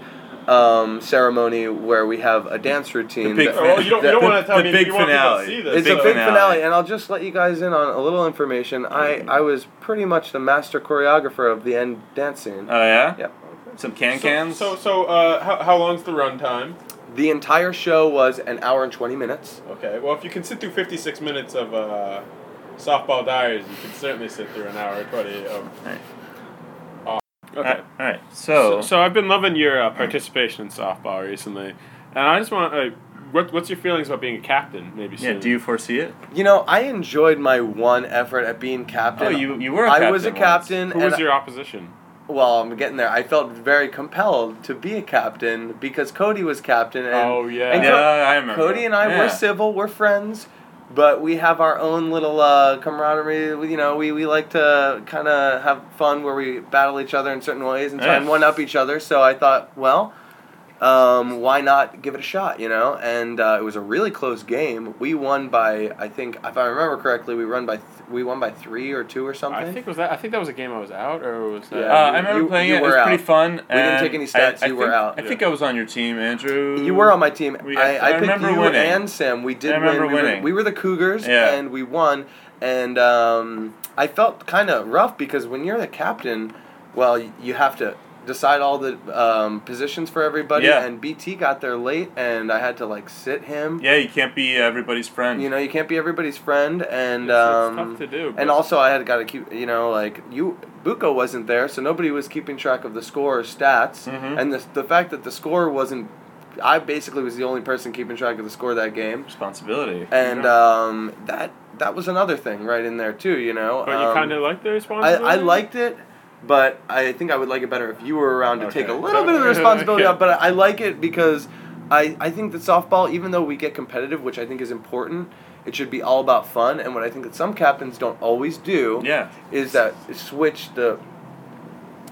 Speaker 2: um, ceremony where we have a dance routine.
Speaker 3: big
Speaker 2: that-
Speaker 1: Oh, well, you don't, you don't
Speaker 2: that-
Speaker 1: want to tell
Speaker 3: the
Speaker 1: me.
Speaker 3: big
Speaker 1: you want people
Speaker 3: finale.
Speaker 1: To see this,
Speaker 2: it's
Speaker 3: big
Speaker 2: a
Speaker 1: so-
Speaker 2: big
Speaker 3: finale.
Speaker 2: finale. and I'll just let you guys in on a little information. I,
Speaker 1: Mm-hmm.
Speaker 2: I was pretty much the master choreographer of the end dance
Speaker 1: Uh,
Speaker 2: scene.
Speaker 3: Oh yeah.
Speaker 2: Yep.
Speaker 3: Some can cans.
Speaker 1: So, so, so uh, how, how long's the runtime?
Speaker 2: The entire show was an hour and 20 minutes.
Speaker 1: Okay, well, if you can sit through 56 minutes of uh, Softball Diaries, you can certainly sit through an hour and 20 of.
Speaker 3: Alright.
Speaker 1: Okay.
Speaker 3: All right. So,
Speaker 1: Uh, So, so I've been loving your uh, participation in softball recently, and I just want uh, what, what's your feelings about being a captain? Maybe
Speaker 3: yeah.
Speaker 1: soon?
Speaker 3: Do you foresee it?
Speaker 2: You know, I enjoyed my one effort at being captain.
Speaker 3: Oh, you you were. a
Speaker 2: I was a
Speaker 3: once.
Speaker 2: captain.
Speaker 1: Who
Speaker 2: and
Speaker 1: was your opposition?
Speaker 2: well, I'm getting there. I felt very compelled to be a captain because Cody was captain. And
Speaker 1: Oh, yeah.
Speaker 2: and
Speaker 3: Yeah,
Speaker 2: Co-
Speaker 3: I remember.
Speaker 2: Cody and I
Speaker 3: Yeah.
Speaker 2: were civil. We're friends, but we have our own little uh, camaraderie. We- You know, we, we like to kind of have fun where we battle each other in certain ways and try
Speaker 3: Yeah.
Speaker 2: and one up each other. So I thought, well. Um, why not give it a shot, you know? And uh, it was a really close game. We won by, I think, if I remember correctly, we run by th- we won by three or two or something.
Speaker 1: I think was that I think that was a game I was out or was that
Speaker 2: Yeah.
Speaker 3: Uh, I remember
Speaker 2: You- you-
Speaker 3: playing
Speaker 2: you
Speaker 3: it. It was
Speaker 2: were
Speaker 3: pretty
Speaker 2: out.
Speaker 3: fun.
Speaker 2: We didn't take
Speaker 3: and
Speaker 2: any stats,
Speaker 3: I, I
Speaker 2: you were
Speaker 3: think-
Speaker 2: out.
Speaker 3: I think I was on your team, Andrew.
Speaker 2: You were on my team.
Speaker 3: We-
Speaker 2: I,
Speaker 3: I
Speaker 2: I, picked
Speaker 3: remember
Speaker 2: you
Speaker 3: winning.
Speaker 2: and Sam. We did
Speaker 3: I remember
Speaker 2: win. We were-
Speaker 3: winning.
Speaker 2: We were, the Cougars,
Speaker 3: Yeah.
Speaker 2: and we won. And um, I felt kind of rough because when you're the captain, well, y- you have to decide all the um, positions for everybody.
Speaker 3: Yeah.
Speaker 2: And BT got there late, and I had to like sit him.
Speaker 3: Yeah, you can't be everybody's friend.
Speaker 2: You know, you can't be everybody's friend, and
Speaker 1: It's- it's
Speaker 2: um,
Speaker 1: tough to do, but-
Speaker 2: And also, I had got to keep, you know, like you, Buko wasn't there, so nobody was keeping track of the score or stats,
Speaker 3: Mhm.
Speaker 2: and the the fact that the score wasn't, I basically was the only person keeping track of the score that game,
Speaker 3: Responsibility.
Speaker 2: and
Speaker 1: Yeah.
Speaker 2: um, that that was another thing right in there too, you know.
Speaker 1: But
Speaker 2: um,
Speaker 1: you kind of like the
Speaker 2: I,
Speaker 1: responsibility.
Speaker 2: I liked it, but I think I would like it better if you were around to
Speaker 3: Okay.
Speaker 2: take a little bit of the responsibility
Speaker 1: Okay.
Speaker 2: out. But I like it because I, I think that softball, even though we get competitive, which I think is important, It should be all about fun. And what I think that some captains don't always do
Speaker 3: Yeah.
Speaker 2: is that switch the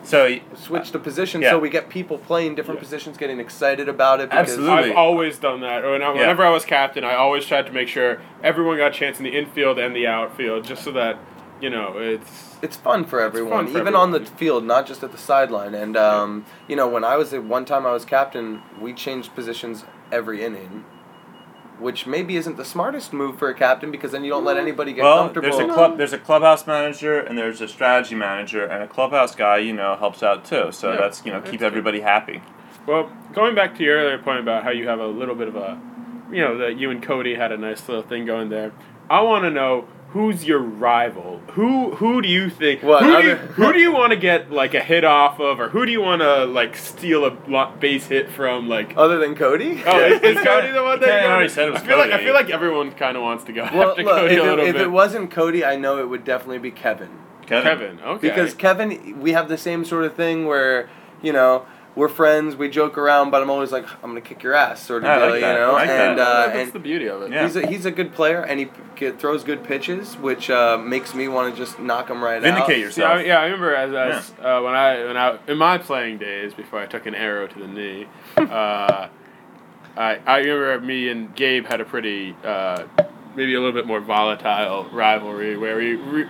Speaker 3: So y-
Speaker 2: switch the position
Speaker 3: Yeah.
Speaker 2: so we get people playing different
Speaker 1: Yeah.
Speaker 2: positions getting excited about it. Because
Speaker 3: Absolutely.
Speaker 1: I've always done that. When I- Whenever I was captain, I always tried to make sure everyone got a chance in the infield and the outfield, just so that you know it's.
Speaker 2: It's fun for everyone,
Speaker 1: for
Speaker 2: even
Speaker 1: everyone.
Speaker 2: on the field, not just at the sideline. And um, you know, when I was one time I was captain, we changed positions every inning, which maybe isn't the smartest move for a captain because then you don't let anybody get
Speaker 3: well,
Speaker 2: comfortable.
Speaker 3: there's a club. There's a clubhouse manager, and there's a strategy manager, and a clubhouse guy. You know, helps out too. So
Speaker 1: Yeah.
Speaker 3: that's you know,
Speaker 1: That's
Speaker 3: keep
Speaker 1: good.
Speaker 3: everybody happy.
Speaker 1: Well, going back to your earlier point about how you have a little bit of a, you know, that you and Cody had a nice little thing going there. I want to know who's your rival. Who who do you think?
Speaker 2: What,
Speaker 1: who, do you,
Speaker 2: other-
Speaker 1: who do you want to get like a hit off of, or who do you want to like steal a lo- base hit from? Like,
Speaker 2: Other than Cody.
Speaker 1: oh, is, is Cody the one that?
Speaker 3: Yeah, I
Speaker 1: you
Speaker 3: already
Speaker 1: want?
Speaker 3: said it was
Speaker 1: I feel like I
Speaker 3: Cody.
Speaker 1: feel like everyone kind of wants to go
Speaker 2: well,
Speaker 1: after
Speaker 2: look,
Speaker 1: Cody
Speaker 2: if,
Speaker 1: a
Speaker 2: it,
Speaker 1: little
Speaker 2: if
Speaker 1: bit.
Speaker 2: it wasn't Cody, I know it would definitely be Kevin.
Speaker 1: Kevin, okay,
Speaker 2: Because Kevin, we have the same sort of thing where, you know, we're friends, we joke around, but I'm always like, I'm gonna kick your ass, sort of
Speaker 3: I
Speaker 2: deal,
Speaker 3: like
Speaker 2: you
Speaker 3: that.
Speaker 2: know.
Speaker 3: I like
Speaker 2: and
Speaker 3: that.
Speaker 1: Yeah,
Speaker 2: uh,
Speaker 1: that's
Speaker 2: and
Speaker 1: the beauty of it.
Speaker 3: Yeah.
Speaker 2: he's a he's a good player, and he p- get, throws good pitches, which uh, makes me want to just knock him right out.
Speaker 3: Vindicate
Speaker 1: See, I,
Speaker 3: yourself.
Speaker 1: yeah, I remember as, as uh, when I when I in my playing days before I took an arrow to the knee, uh, I I remember me and Gabe had a pretty uh, maybe a little bit more volatile rivalry where we. we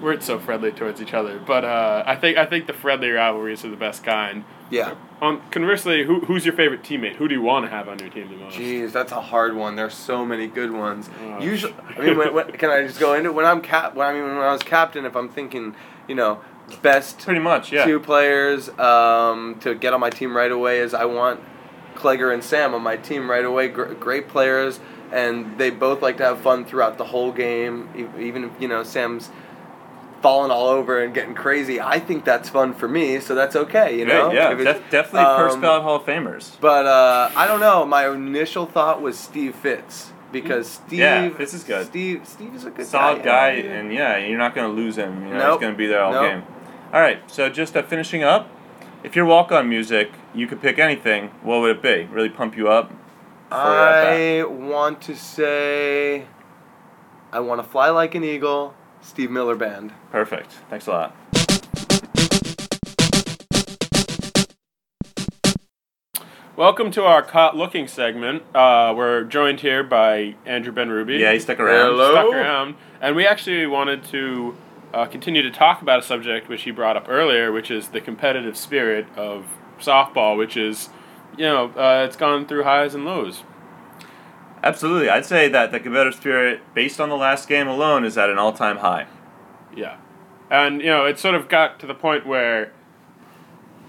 Speaker 1: weren't so friendly towards each other, but uh, I think I think the friendly rivalries are the best kind.
Speaker 2: Yeah.
Speaker 1: On conversely, who, who's your favorite teammate? Who do you want to have on your team the most?
Speaker 2: Jeez, that's a hard one. There's so many good ones.
Speaker 1: Oh.
Speaker 2: Usually, I mean, when, when, can I just go into it? when I'm cap? When I mean, when I was captain, if I'm thinking, you know, best
Speaker 3: Pretty much, yeah.
Speaker 2: two players um, to get on my team right away is I want Clegger and Sam on my team right away. Gr- great players, and they both like to have fun throughout the whole game. E- even if, you know Sam's falling all over and getting crazy, I think that's fun for me. So that's okay, you know.
Speaker 3: Right, yeah,
Speaker 2: If it's-
Speaker 3: def- definitely first
Speaker 2: um,
Speaker 3: ballot Hall of Famers.
Speaker 2: But uh, I don't know. My initial thought was Steve Fitz because Steve.
Speaker 3: Yeah, Fitz is good.
Speaker 2: Steve Steve is a good
Speaker 3: Solid
Speaker 2: guy.
Speaker 3: guy, and yeah, you're not going to lose him. You know,
Speaker 2: Nope.
Speaker 3: he's going to be there all
Speaker 2: Nope.
Speaker 3: game. All right, so just uh, finishing up, if your walk on music, you could pick anything. What would it be? Really pump you up? for that
Speaker 2: I want to say. I want to fly like an eagle. Steve Miller Band.
Speaker 3: bat? Perfect. Thanks a lot.
Speaker 1: Welcome to our caught looking segment. Uh, we're joined here by Andrew Ben Ruby.
Speaker 3: Yeah, he stuck around.
Speaker 2: Hello.
Speaker 1: stuck around, and we actually wanted to uh, continue to talk about a subject which he brought up earlier, which is the competitive spirit of softball, which is, you know, uh, it's gone through highs and lows.
Speaker 3: Absolutely. I'd say that the competitive spirit, based on the last game alone, is at an all time high.
Speaker 1: Yeah, and you know, it sort of got to the point where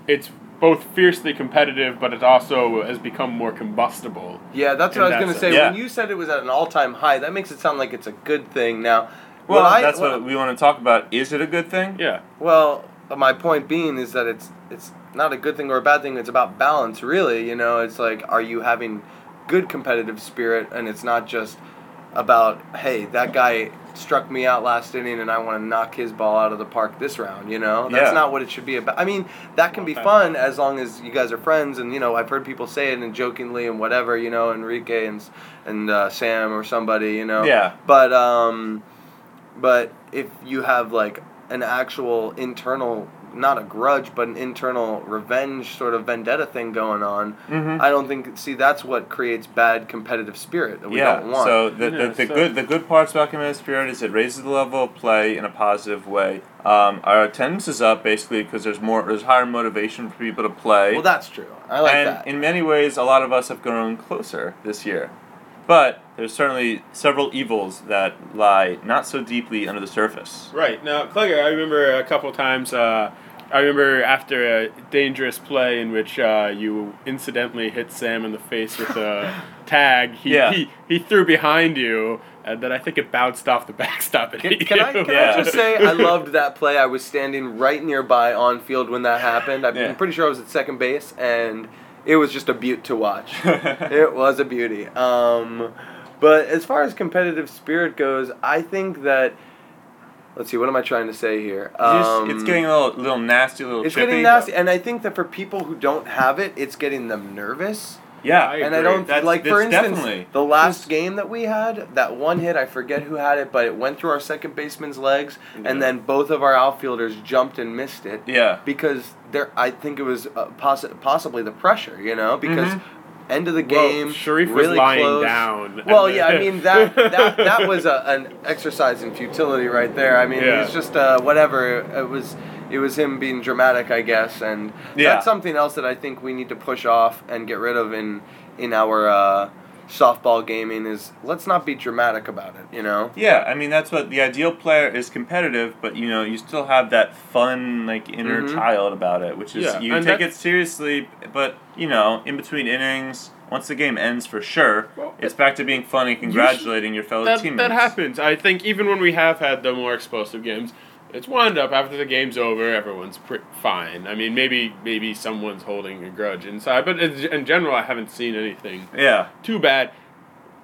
Speaker 1: it's both fiercely competitive, but it also has become more combustible.
Speaker 2: Yeah, that's what
Speaker 1: And
Speaker 2: I was
Speaker 1: that's
Speaker 2: gonna say.
Speaker 3: it. Yeah.
Speaker 2: When you said it was at an all-time high, that makes it sound like it's a good thing. Now,
Speaker 3: Well,
Speaker 2: I,
Speaker 3: that's
Speaker 2: what,
Speaker 3: what we want to talk about. Is it a good thing?
Speaker 1: Yeah.
Speaker 2: Well, my point being is that it's it's not a good thing or a bad thing. It's about balance, really. You know, it's like are you having good competitive spirit, and it's not just about hey that guy struck me out last inning and I want to knock his ball out of the park this round. You know, that's
Speaker 3: Yeah.
Speaker 2: not what it should be about. I mean, that can be
Speaker 1: Okay.
Speaker 2: fun as long as you guys are friends, and you know, I've heard people say it and jokingly and whatever. You know, Enrique and s- and uh, Sam or somebody. You know,
Speaker 3: Yeah.
Speaker 2: but um, but if you have like an actual internal, not a grudge, but an internal revenge sort of vendetta thing going on,
Speaker 3: Mhm.
Speaker 2: I don't think. See, that's what creates bad competitive spirit that we
Speaker 3: yeah.
Speaker 2: don't want.
Speaker 3: So the,
Speaker 1: Yeah,
Speaker 3: the, the
Speaker 1: so-
Speaker 3: good the good parts about competitive spirit is it raises the level of play in a positive way. Um, our attendance is up basically because there's more there's higher motivation for people to play.
Speaker 2: well, that's true. I like
Speaker 3: and
Speaker 2: that.
Speaker 3: in many ways, a lot of us have grown closer this year. But there's certainly several evils that lie not so deeply under the surface.
Speaker 1: Right now, Clegger, I remember a couple times. Uh, I remember after a dangerous play in which uh, you incidentally hit Sam in the face with a tag. He,
Speaker 3: Yeah.
Speaker 1: he he threw behind you, and then I think it bounced off the backstop and hit
Speaker 2: Can I,
Speaker 1: you.
Speaker 2: can
Speaker 3: Yeah.
Speaker 2: I just say I loved that play? I was standing right nearby on field when that happened. I'm
Speaker 3: Yeah.
Speaker 2: pretty sure I was at second base, and it was just a beaut to watch. it was a beauty. Um, but as far as competitive spirit goes, I think that. Let's see. What am I trying to say here?
Speaker 3: It's just-
Speaker 2: Um,
Speaker 3: it's getting a little, little nasty, a little
Speaker 2: It's
Speaker 3: chippy.
Speaker 2: getting nasty, and I think that for people who don't have it, it's getting them nervous.
Speaker 3: Yeah,
Speaker 4: I
Speaker 2: and I
Speaker 4: agree.
Speaker 2: don't
Speaker 3: That's-
Speaker 2: like for
Speaker 3: that's
Speaker 2: instance
Speaker 3: definitely-
Speaker 2: the last game that we had that one hit I forget who had it but it went through our second baseman's legs
Speaker 3: Yeah.
Speaker 2: and then both of our outfielders jumped and missed it
Speaker 3: yeah.
Speaker 2: because there I think it was uh, possi- possibly the pressure you know because
Speaker 3: Mhm.
Speaker 2: end of the
Speaker 1: Well,
Speaker 2: game
Speaker 1: Sharif was
Speaker 2: really
Speaker 1: lying
Speaker 2: close.
Speaker 1: down.
Speaker 2: well yeah I mean that that, that was a, an exercise in futility right there I mean
Speaker 1: Yeah.
Speaker 2: it's just uh, whatever it was it was him being dramatic I guess and
Speaker 3: Yeah.
Speaker 2: that's something else that I think we need to push off and get rid of in in our uh, softball gaming is let's not be dramatic about it you know
Speaker 3: Yeah, I mean that's what the ideal player is competitive, but you know you still have that fun like inner
Speaker 2: Mhm.
Speaker 3: child about it, which is
Speaker 1: Yeah,
Speaker 3: you
Speaker 1: and
Speaker 3: take it
Speaker 1: that's-
Speaker 3: seriously, but you know in between innings, once the game ends for sure,
Speaker 1: Well,
Speaker 3: it's back to being fun and congratulating your fellow
Speaker 1: that,
Speaker 3: teammates.
Speaker 1: that happens. I think even when we have had the more explosive games, it's wound up after the game's over. Everyone's pr- fine. I mean, maybe maybe someone's holding a grudge inside, but in in general, I haven't seen anything
Speaker 3: Yeah,
Speaker 1: too bad.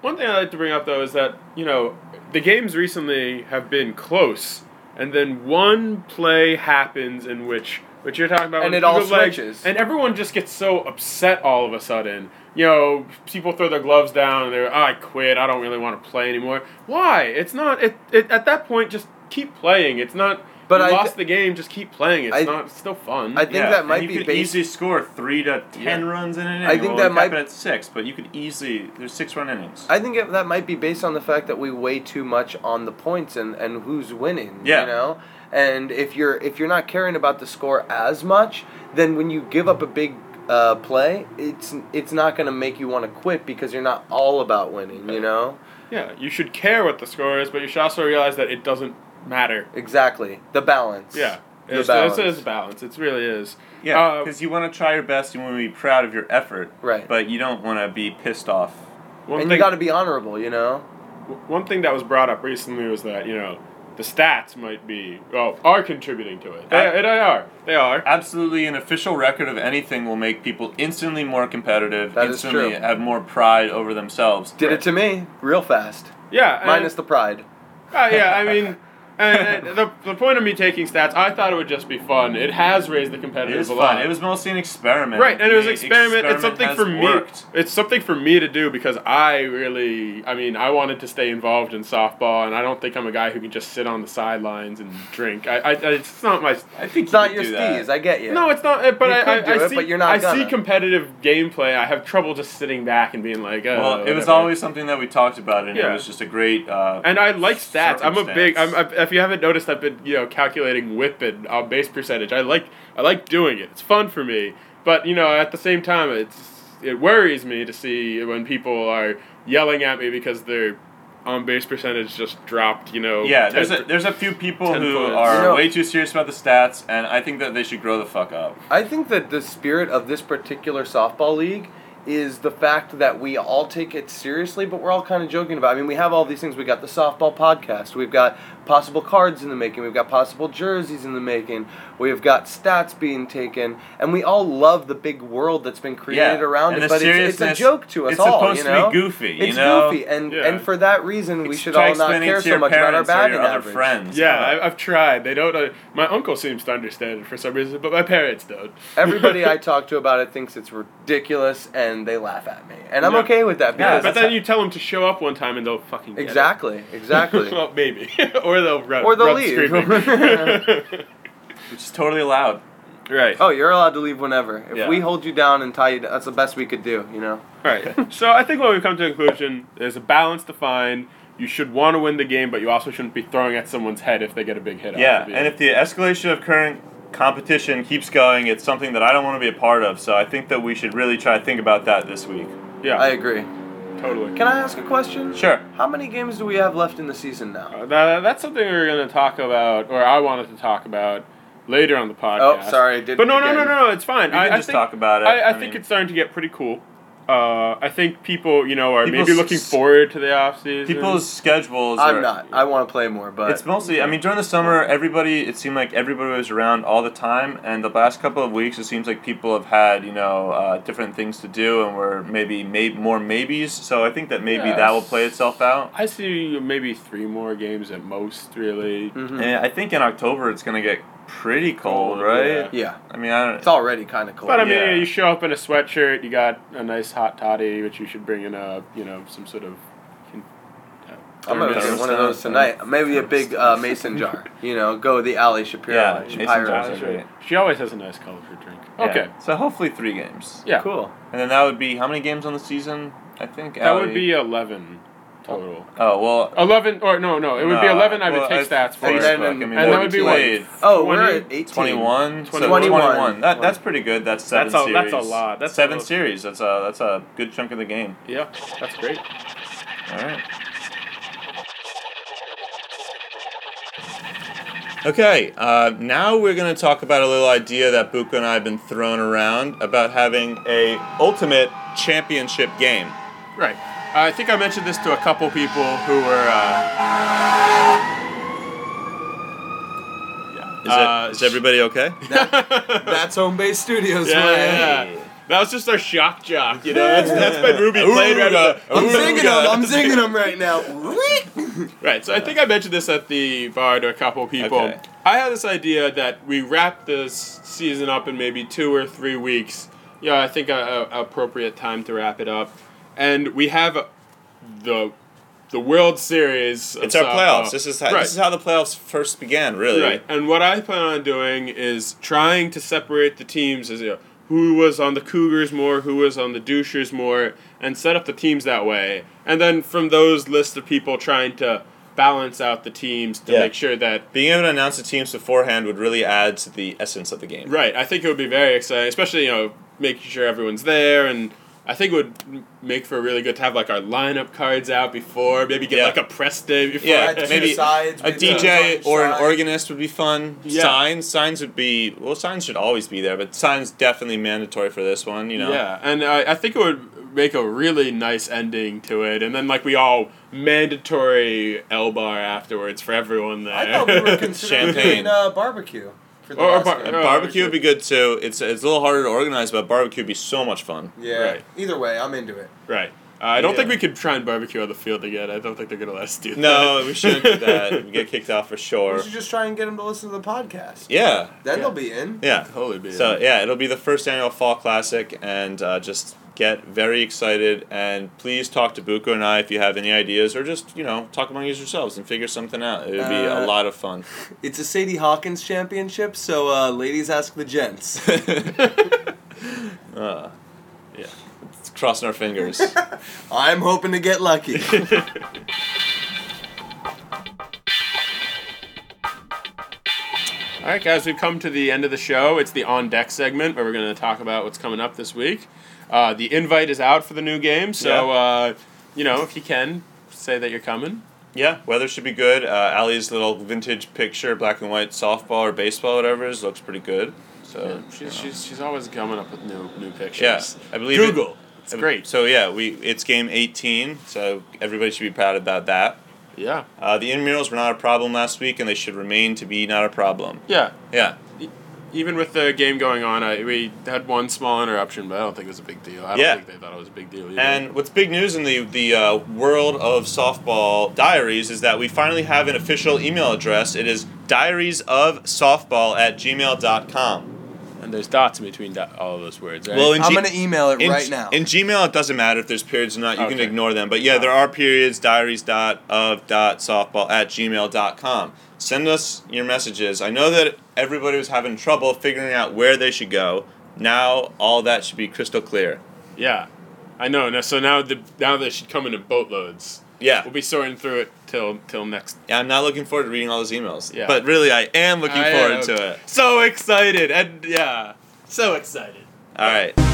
Speaker 1: One thing I like to bring up though is that you know the games recently have been close, and then one play happens in which which you're talking about,
Speaker 2: And
Speaker 1: when
Speaker 2: it all
Speaker 1: people, like-
Speaker 2: switches.
Speaker 1: and everyone just gets so upset all of a sudden. You know, people throw their gloves down and they're, "I quit. I don't really want to play anymore." Why? It's not. It, it at that point just keep playing. It's not.
Speaker 2: But
Speaker 1: But you
Speaker 2: I
Speaker 1: lost the game. Just keep playing. It's
Speaker 2: I-
Speaker 1: not. It's still fun.
Speaker 2: I think
Speaker 3: yeah.
Speaker 2: that
Speaker 3: and
Speaker 2: might
Speaker 3: you
Speaker 2: be
Speaker 3: could
Speaker 2: based-
Speaker 3: easily score three to ten
Speaker 1: Yeah.
Speaker 3: rules runs in an inning.
Speaker 2: I think
Speaker 3: Well,
Speaker 2: that
Speaker 3: it
Speaker 2: might-
Speaker 3: happened at six, but you could easily there's six run innings.
Speaker 2: I think it, that might be based on the fact that we weigh too much on the points and, and who's winning.
Speaker 3: Yeah.
Speaker 2: You know, and if you're if you're not caring about the score as much, then when you give up a big uh, play, it's it's not going to make you want to quit because you're not all about winning. You know.
Speaker 1: yeah, you should care what the score is, but you should also realize that it doesn't matter.
Speaker 2: Exactly. The balance.
Speaker 1: Yeah.
Speaker 2: The
Speaker 1: It's,
Speaker 2: balance.
Speaker 1: balance. It's, balance. It really is.
Speaker 3: yeah,
Speaker 1: Uh,
Speaker 3: because you want to try your best, you want to be proud of your effort,
Speaker 2: Right.
Speaker 3: But you don't want to be pissed off.
Speaker 1: one,
Speaker 2: and
Speaker 1: thing,
Speaker 2: you got to be honorable. You know.
Speaker 1: one thing that was brought up recently was that, you know, the stats might be, well, are contributing to it. They,
Speaker 3: I-
Speaker 1: they are. They are.
Speaker 3: Absolutely, an official record of anything will make people instantly more competitive,
Speaker 2: That is
Speaker 3: instantly
Speaker 2: true.
Speaker 3: have more pride over themselves.
Speaker 2: Did it to me real fast.
Speaker 1: Yeah. and-
Speaker 2: Minus the pride.
Speaker 1: Uh, yeah, I mean, and, and the, the point of me taking stats, I thought it would just be fun. It has raised the
Speaker 3: It
Speaker 1: competitors
Speaker 3: was
Speaker 1: a
Speaker 3: fun.
Speaker 1: lot.
Speaker 3: It was mostly an experiment.
Speaker 1: Right, and it was
Speaker 3: The
Speaker 1: an experiment. It's something
Speaker 3: has
Speaker 1: for me.
Speaker 3: worked.
Speaker 1: It's something for me to do because I really, I mean, I wanted to stay involved in softball, and I don't think I'm a guy who can just sit on the sidelines and drink. I, I, I it's not my.
Speaker 3: I think
Speaker 2: It's not
Speaker 3: you
Speaker 2: your
Speaker 3: could do that.
Speaker 2: steez. I get you.
Speaker 1: No, it's not. uh, But
Speaker 2: You
Speaker 1: I,
Speaker 2: could
Speaker 1: I, I
Speaker 2: do it,
Speaker 1: see.
Speaker 2: but you're not
Speaker 1: I see
Speaker 2: gonna.
Speaker 1: competitive gameplay. I have trouble just sitting back and being like. Uh,
Speaker 3: Well, it was
Speaker 1: whatever.
Speaker 3: always something that we talked about, and it
Speaker 1: Yeah.
Speaker 3: was just a great. Uh,
Speaker 1: And I like stats. I'm a big. I'm,
Speaker 3: circumstance.
Speaker 1: I, if you haven't noticed, I've been you know calculating WHIP and uh, base percentage. I like I like doing it. It's fun for me. But you know, at the same time, it's it worries me to see when people are yelling at me because their on base percentage just dropped. You know.
Speaker 3: yeah, there's
Speaker 1: 10
Speaker 3: a there's a few people
Speaker 1: Ten
Speaker 3: who
Speaker 1: points.
Speaker 3: are
Speaker 2: oh, You know-
Speaker 3: way too serious about the stats, and I think that they should grow the fuck up.
Speaker 2: I think that the spirit of this particular softball league is the fact that we all take it seriously, but we're all kind of joking about. It. I mean, we have all these things. We got the softball podcast. We've got possible cards in the making. We've got possible jerseys in the making. We've got stats being taken, and we all love the big world that's been created around
Speaker 3: and
Speaker 2: it.
Speaker 3: the
Speaker 2: But it's, it's a
Speaker 3: seriousness-
Speaker 2: joke to us
Speaker 3: it's
Speaker 2: all.
Speaker 3: supposed
Speaker 2: you
Speaker 3: to be
Speaker 2: know?
Speaker 3: goofy, you
Speaker 2: It's
Speaker 3: know?
Speaker 2: goofy, and
Speaker 1: Yeah.
Speaker 2: and for that reason, we
Speaker 3: It's
Speaker 2: should
Speaker 3: try
Speaker 2: all not
Speaker 3: explaining
Speaker 2: care
Speaker 3: to your
Speaker 2: so much about our
Speaker 3: parents or your
Speaker 2: batting
Speaker 3: other
Speaker 2: average.
Speaker 3: friends.
Speaker 1: Yeah,
Speaker 3: Come on.
Speaker 1: I, I've tried. They don't. Uh, my uncle seems to understand it for some reason, but my parents don't.
Speaker 2: Everybody I talk to about it thinks it's ridiculous, and they laugh at me, and I'm
Speaker 1: Yeah.
Speaker 2: okay with that.
Speaker 3: Yeah,
Speaker 2: Because
Speaker 1: but
Speaker 3: that's
Speaker 1: then
Speaker 3: a-
Speaker 1: you tell them to show up one time and they'll fucking get it.
Speaker 2: exactly, exactly.
Speaker 1: well, maybe, or they'll run.
Speaker 2: Or they'll
Speaker 1: run
Speaker 2: leave.
Speaker 1: screaming.
Speaker 3: which is totally allowed.
Speaker 1: right.
Speaker 2: oh, you're allowed to leave whenever. If
Speaker 3: Yeah.
Speaker 2: we hold you down and tie you, down, that's the best we could do. You know.
Speaker 1: Right. So I think what we've come to a conclusion is a balance to find. You should want to win the game, but you also shouldn't be throwing at someone's head if they get a big hit.
Speaker 3: Yeah,
Speaker 1: off of you.
Speaker 3: and if the escalation of current competition keeps going, it's something that I don't want to be a part of. So I think that we should really try to think about that this week.
Speaker 1: yeah,
Speaker 2: I agree.
Speaker 1: totally.
Speaker 2: Can I ask a question?
Speaker 3: Sure.
Speaker 2: How many games do we have left in the season now?
Speaker 1: Uh, that, that's something we were going to talk about, or I wanted to talk about later on the podcast.
Speaker 2: Oh, sorry, I did.
Speaker 1: But no, no, no, no, no, it's fine.
Speaker 3: We
Speaker 1: I,
Speaker 3: can
Speaker 1: I
Speaker 3: just
Speaker 1: think,
Speaker 3: talk about it.
Speaker 1: I, I,
Speaker 3: I
Speaker 1: think
Speaker 3: mean-
Speaker 1: it's starting to get pretty cool. Uh, I think people, you know, are
Speaker 3: People
Speaker 1: maybe
Speaker 3: s-
Speaker 1: looking forward to the off season.
Speaker 3: People's schedules. are,
Speaker 2: I'm not. I want to play more, but
Speaker 3: It's mostly. I mean, during the summer, everybody. It seemed like everybody was around all the time, and the last couple of weeks, it seems like people have had you know uh, different things to do, and were maybe may- more maybes. So I think that maybe that will play itself out.
Speaker 1: I see maybe three more games at most, really.
Speaker 2: Mhm.
Speaker 3: And I think in October it's going to get pretty cold,
Speaker 1: Cold,
Speaker 3: right?
Speaker 2: Yeah,
Speaker 3: I mean, I
Speaker 2: it's
Speaker 3: don't.
Speaker 2: already kind of cold.
Speaker 1: But I mean,
Speaker 3: Yeah.
Speaker 1: you show up in a sweatshirt. You got a nice hot toddy, which you should bring in a you know some sort of.
Speaker 2: I'm gonna get one of those tonight. Maybe a big uh, mason jar. You know, go the alley Shapiro.
Speaker 3: Yeah,
Speaker 2: Shapiro.
Speaker 3: Mason jars are great.
Speaker 1: She always has a nice color for drink.
Speaker 3: Yeah.
Speaker 1: Okay.
Speaker 3: So hopefully three games.
Speaker 1: Yeah.
Speaker 2: Cool.
Speaker 3: And then that would be how many games on the season? I think
Speaker 1: That would
Speaker 3: Allie-
Speaker 1: be eleven total.
Speaker 3: Oh well.
Speaker 1: Eleven or no no it would be
Speaker 3: nah,
Speaker 1: eleven. I would
Speaker 3: well,
Speaker 1: take stats for.
Speaker 3: Facebook,
Speaker 2: And
Speaker 1: it.
Speaker 2: then-
Speaker 3: I mean,
Speaker 2: and
Speaker 3: what
Speaker 1: that
Speaker 3: we
Speaker 1: would be like
Speaker 3: played.
Speaker 2: Oh, we're
Speaker 1: 20,
Speaker 2: at 18.
Speaker 3: 21, so
Speaker 2: 21.
Speaker 3: 21. That, that's pretty good. That's seven
Speaker 4: That's a-
Speaker 3: series.
Speaker 4: that's a lot. That's
Speaker 3: seven
Speaker 4: a-
Speaker 3: series. That's a that's a good chunk of the game.
Speaker 1: Yeah, that's great.
Speaker 3: All right. Okay, uh, now we're going to talk about a little idea that Buka and I have been throwing around about having a ultimate championship game.
Speaker 1: Right. I think I mentioned this to a couple people who were. Uh,
Speaker 3: Is,
Speaker 1: Uh,
Speaker 3: it, is everybody okay?
Speaker 5: That's Home Base Studios.
Speaker 1: Yeah,
Speaker 5: man.
Speaker 1: yeah. That was just our shock jock, you know. That's, that's been Ruby played right
Speaker 3: Ooga,
Speaker 1: up.
Speaker 5: I'm zinging them. I'm
Speaker 3: ooga.
Speaker 5: zinging them right now.
Speaker 1: Right. So I think I mentioned this at the bar to a couple people.
Speaker 3: Okay.
Speaker 1: I had this idea that we wrap this season up in maybe two or three weeks. Yeah, I think a, a appropriate time to wrap it up, and we have the the World Series. of
Speaker 3: It's our
Speaker 1: softball.
Speaker 3: playoffs. This is how,
Speaker 1: oh. Right.
Speaker 3: this is how the playoffs first began, really.
Speaker 1: Right. And what I plan on doing is trying to separate the teams as you know, who was on the Cougars more, who was on the Douchers more, and set up the teams that way. And then from those lists of people trying to balance out the teams to
Speaker 3: Yeah.
Speaker 1: make sure that
Speaker 3: Being able to announce the teams beforehand would really add to the essence of the game.
Speaker 1: right, I think it would be very exciting, especially you know making sure everyone's there and. I think it would m- make for really good to have like our lineup cards out before, maybe get
Speaker 3: Yeah.
Speaker 1: like a press day before.
Speaker 3: Yeah,
Speaker 5: Two
Speaker 3: maybe
Speaker 5: sides,
Speaker 3: a
Speaker 5: maybe one
Speaker 3: DJ or an
Speaker 5: side.
Speaker 3: organist would be fun.
Speaker 1: Yeah.
Speaker 3: Signs, signs would be well. Signs should always be there, but signs definitely mandatory for this one. You know.
Speaker 1: Yeah, and I, I think it would make a really nice ending to it, and then like we all mandatory L bar afterwards for everyone there.
Speaker 5: I thought we were considering
Speaker 3: Champagne.
Speaker 5: doing, uh, barbecue. For the
Speaker 1: Or
Speaker 5: last
Speaker 1: bar-
Speaker 5: game.
Speaker 3: And
Speaker 1: Oh,
Speaker 3: barbecue
Speaker 1: okay.
Speaker 3: would be good too. It's it's a little harder to organize, but barbecue would be so much fun.
Speaker 5: yeah.
Speaker 1: right.
Speaker 5: Either way, I'm into it.
Speaker 1: right. Uh, I don't
Speaker 3: Yeah.
Speaker 1: think we could try and barbecue on the field again. I don't think they're gonna let us do that.
Speaker 3: No, we shouldn't do that. We get kicked off for sure.
Speaker 5: We should just try and get them to listen to the podcast.
Speaker 3: Yeah,
Speaker 5: Then
Speaker 1: Yeah.
Speaker 5: they'll be in.
Speaker 3: yeah.
Speaker 1: Holy be.
Speaker 3: So yeah, it'll be the first annual fall classic, and uh, just get very excited. And please talk to Buko and I if you have any ideas, or just you know talk among yourselves and figure something out. It would be a
Speaker 5: Uh,
Speaker 3: lot of fun.
Speaker 5: It's a Sadie Hawkins championship, so uh, ladies ask the gents.
Speaker 3: uh, yeah, it's crossing our fingers.
Speaker 5: I'm hoping to get lucky.
Speaker 1: All right, guys, we've come to the end of the show. It's the on deck segment where we're gonna talk about what's coming up this week. Uh, the invite is out for the new game, so
Speaker 3: Yeah.
Speaker 1: uh, you know if you can say that you're coming.
Speaker 3: yeah, weather should be good. Uh, Allie's little vintage picture, black and white softball or baseball, whatever it is, looks pretty good. So
Speaker 1: She's, she's, she's always coming up with new new pictures.
Speaker 3: yeah, I believe it-
Speaker 1: Google. it's great.
Speaker 3: So yeah, we it's game eighteen. So everybody should be proud about that.
Speaker 1: Yeah.
Speaker 3: Uh, the intramurals were not a problem last week, and they should remain to be not a problem.
Speaker 1: Yeah.
Speaker 3: Yeah,
Speaker 1: Even with the game going on, I, we had one small interruption, but I don't think it was a big deal. I don't
Speaker 3: Yeah.
Speaker 1: think they thought it was a big deal either.
Speaker 3: and what's big news in the the uh, world of softball diaries is that we finally have an official email address. It is diariesofsoftball at gmail.com.
Speaker 1: And there's dots in between do- all of those words, right?
Speaker 3: Well, in
Speaker 5: I'm
Speaker 3: G-
Speaker 5: gonna email it
Speaker 3: in,
Speaker 5: right now.
Speaker 3: In Gmail, it doesn't matter if there's periods or not. You can
Speaker 1: Okay.
Speaker 3: ignore them. But yeah, there are periods, diaries dot of dot softball at gmail.com. Send us your messages. I know that everybody was having trouble figuring out where they should go. Now all that should be crystal clear.
Speaker 1: yeah. I know. Now, so now the now they should come in in boatloads.
Speaker 3: Yeah.
Speaker 1: We'll be sorting through it till till next.
Speaker 3: Yeah, I'm not looking forward to reading all those emails.
Speaker 1: Yeah.
Speaker 3: But really, I am looking
Speaker 1: I
Speaker 3: forward
Speaker 1: am
Speaker 3: to it.
Speaker 1: So excited and yeah, so excited.
Speaker 3: All right.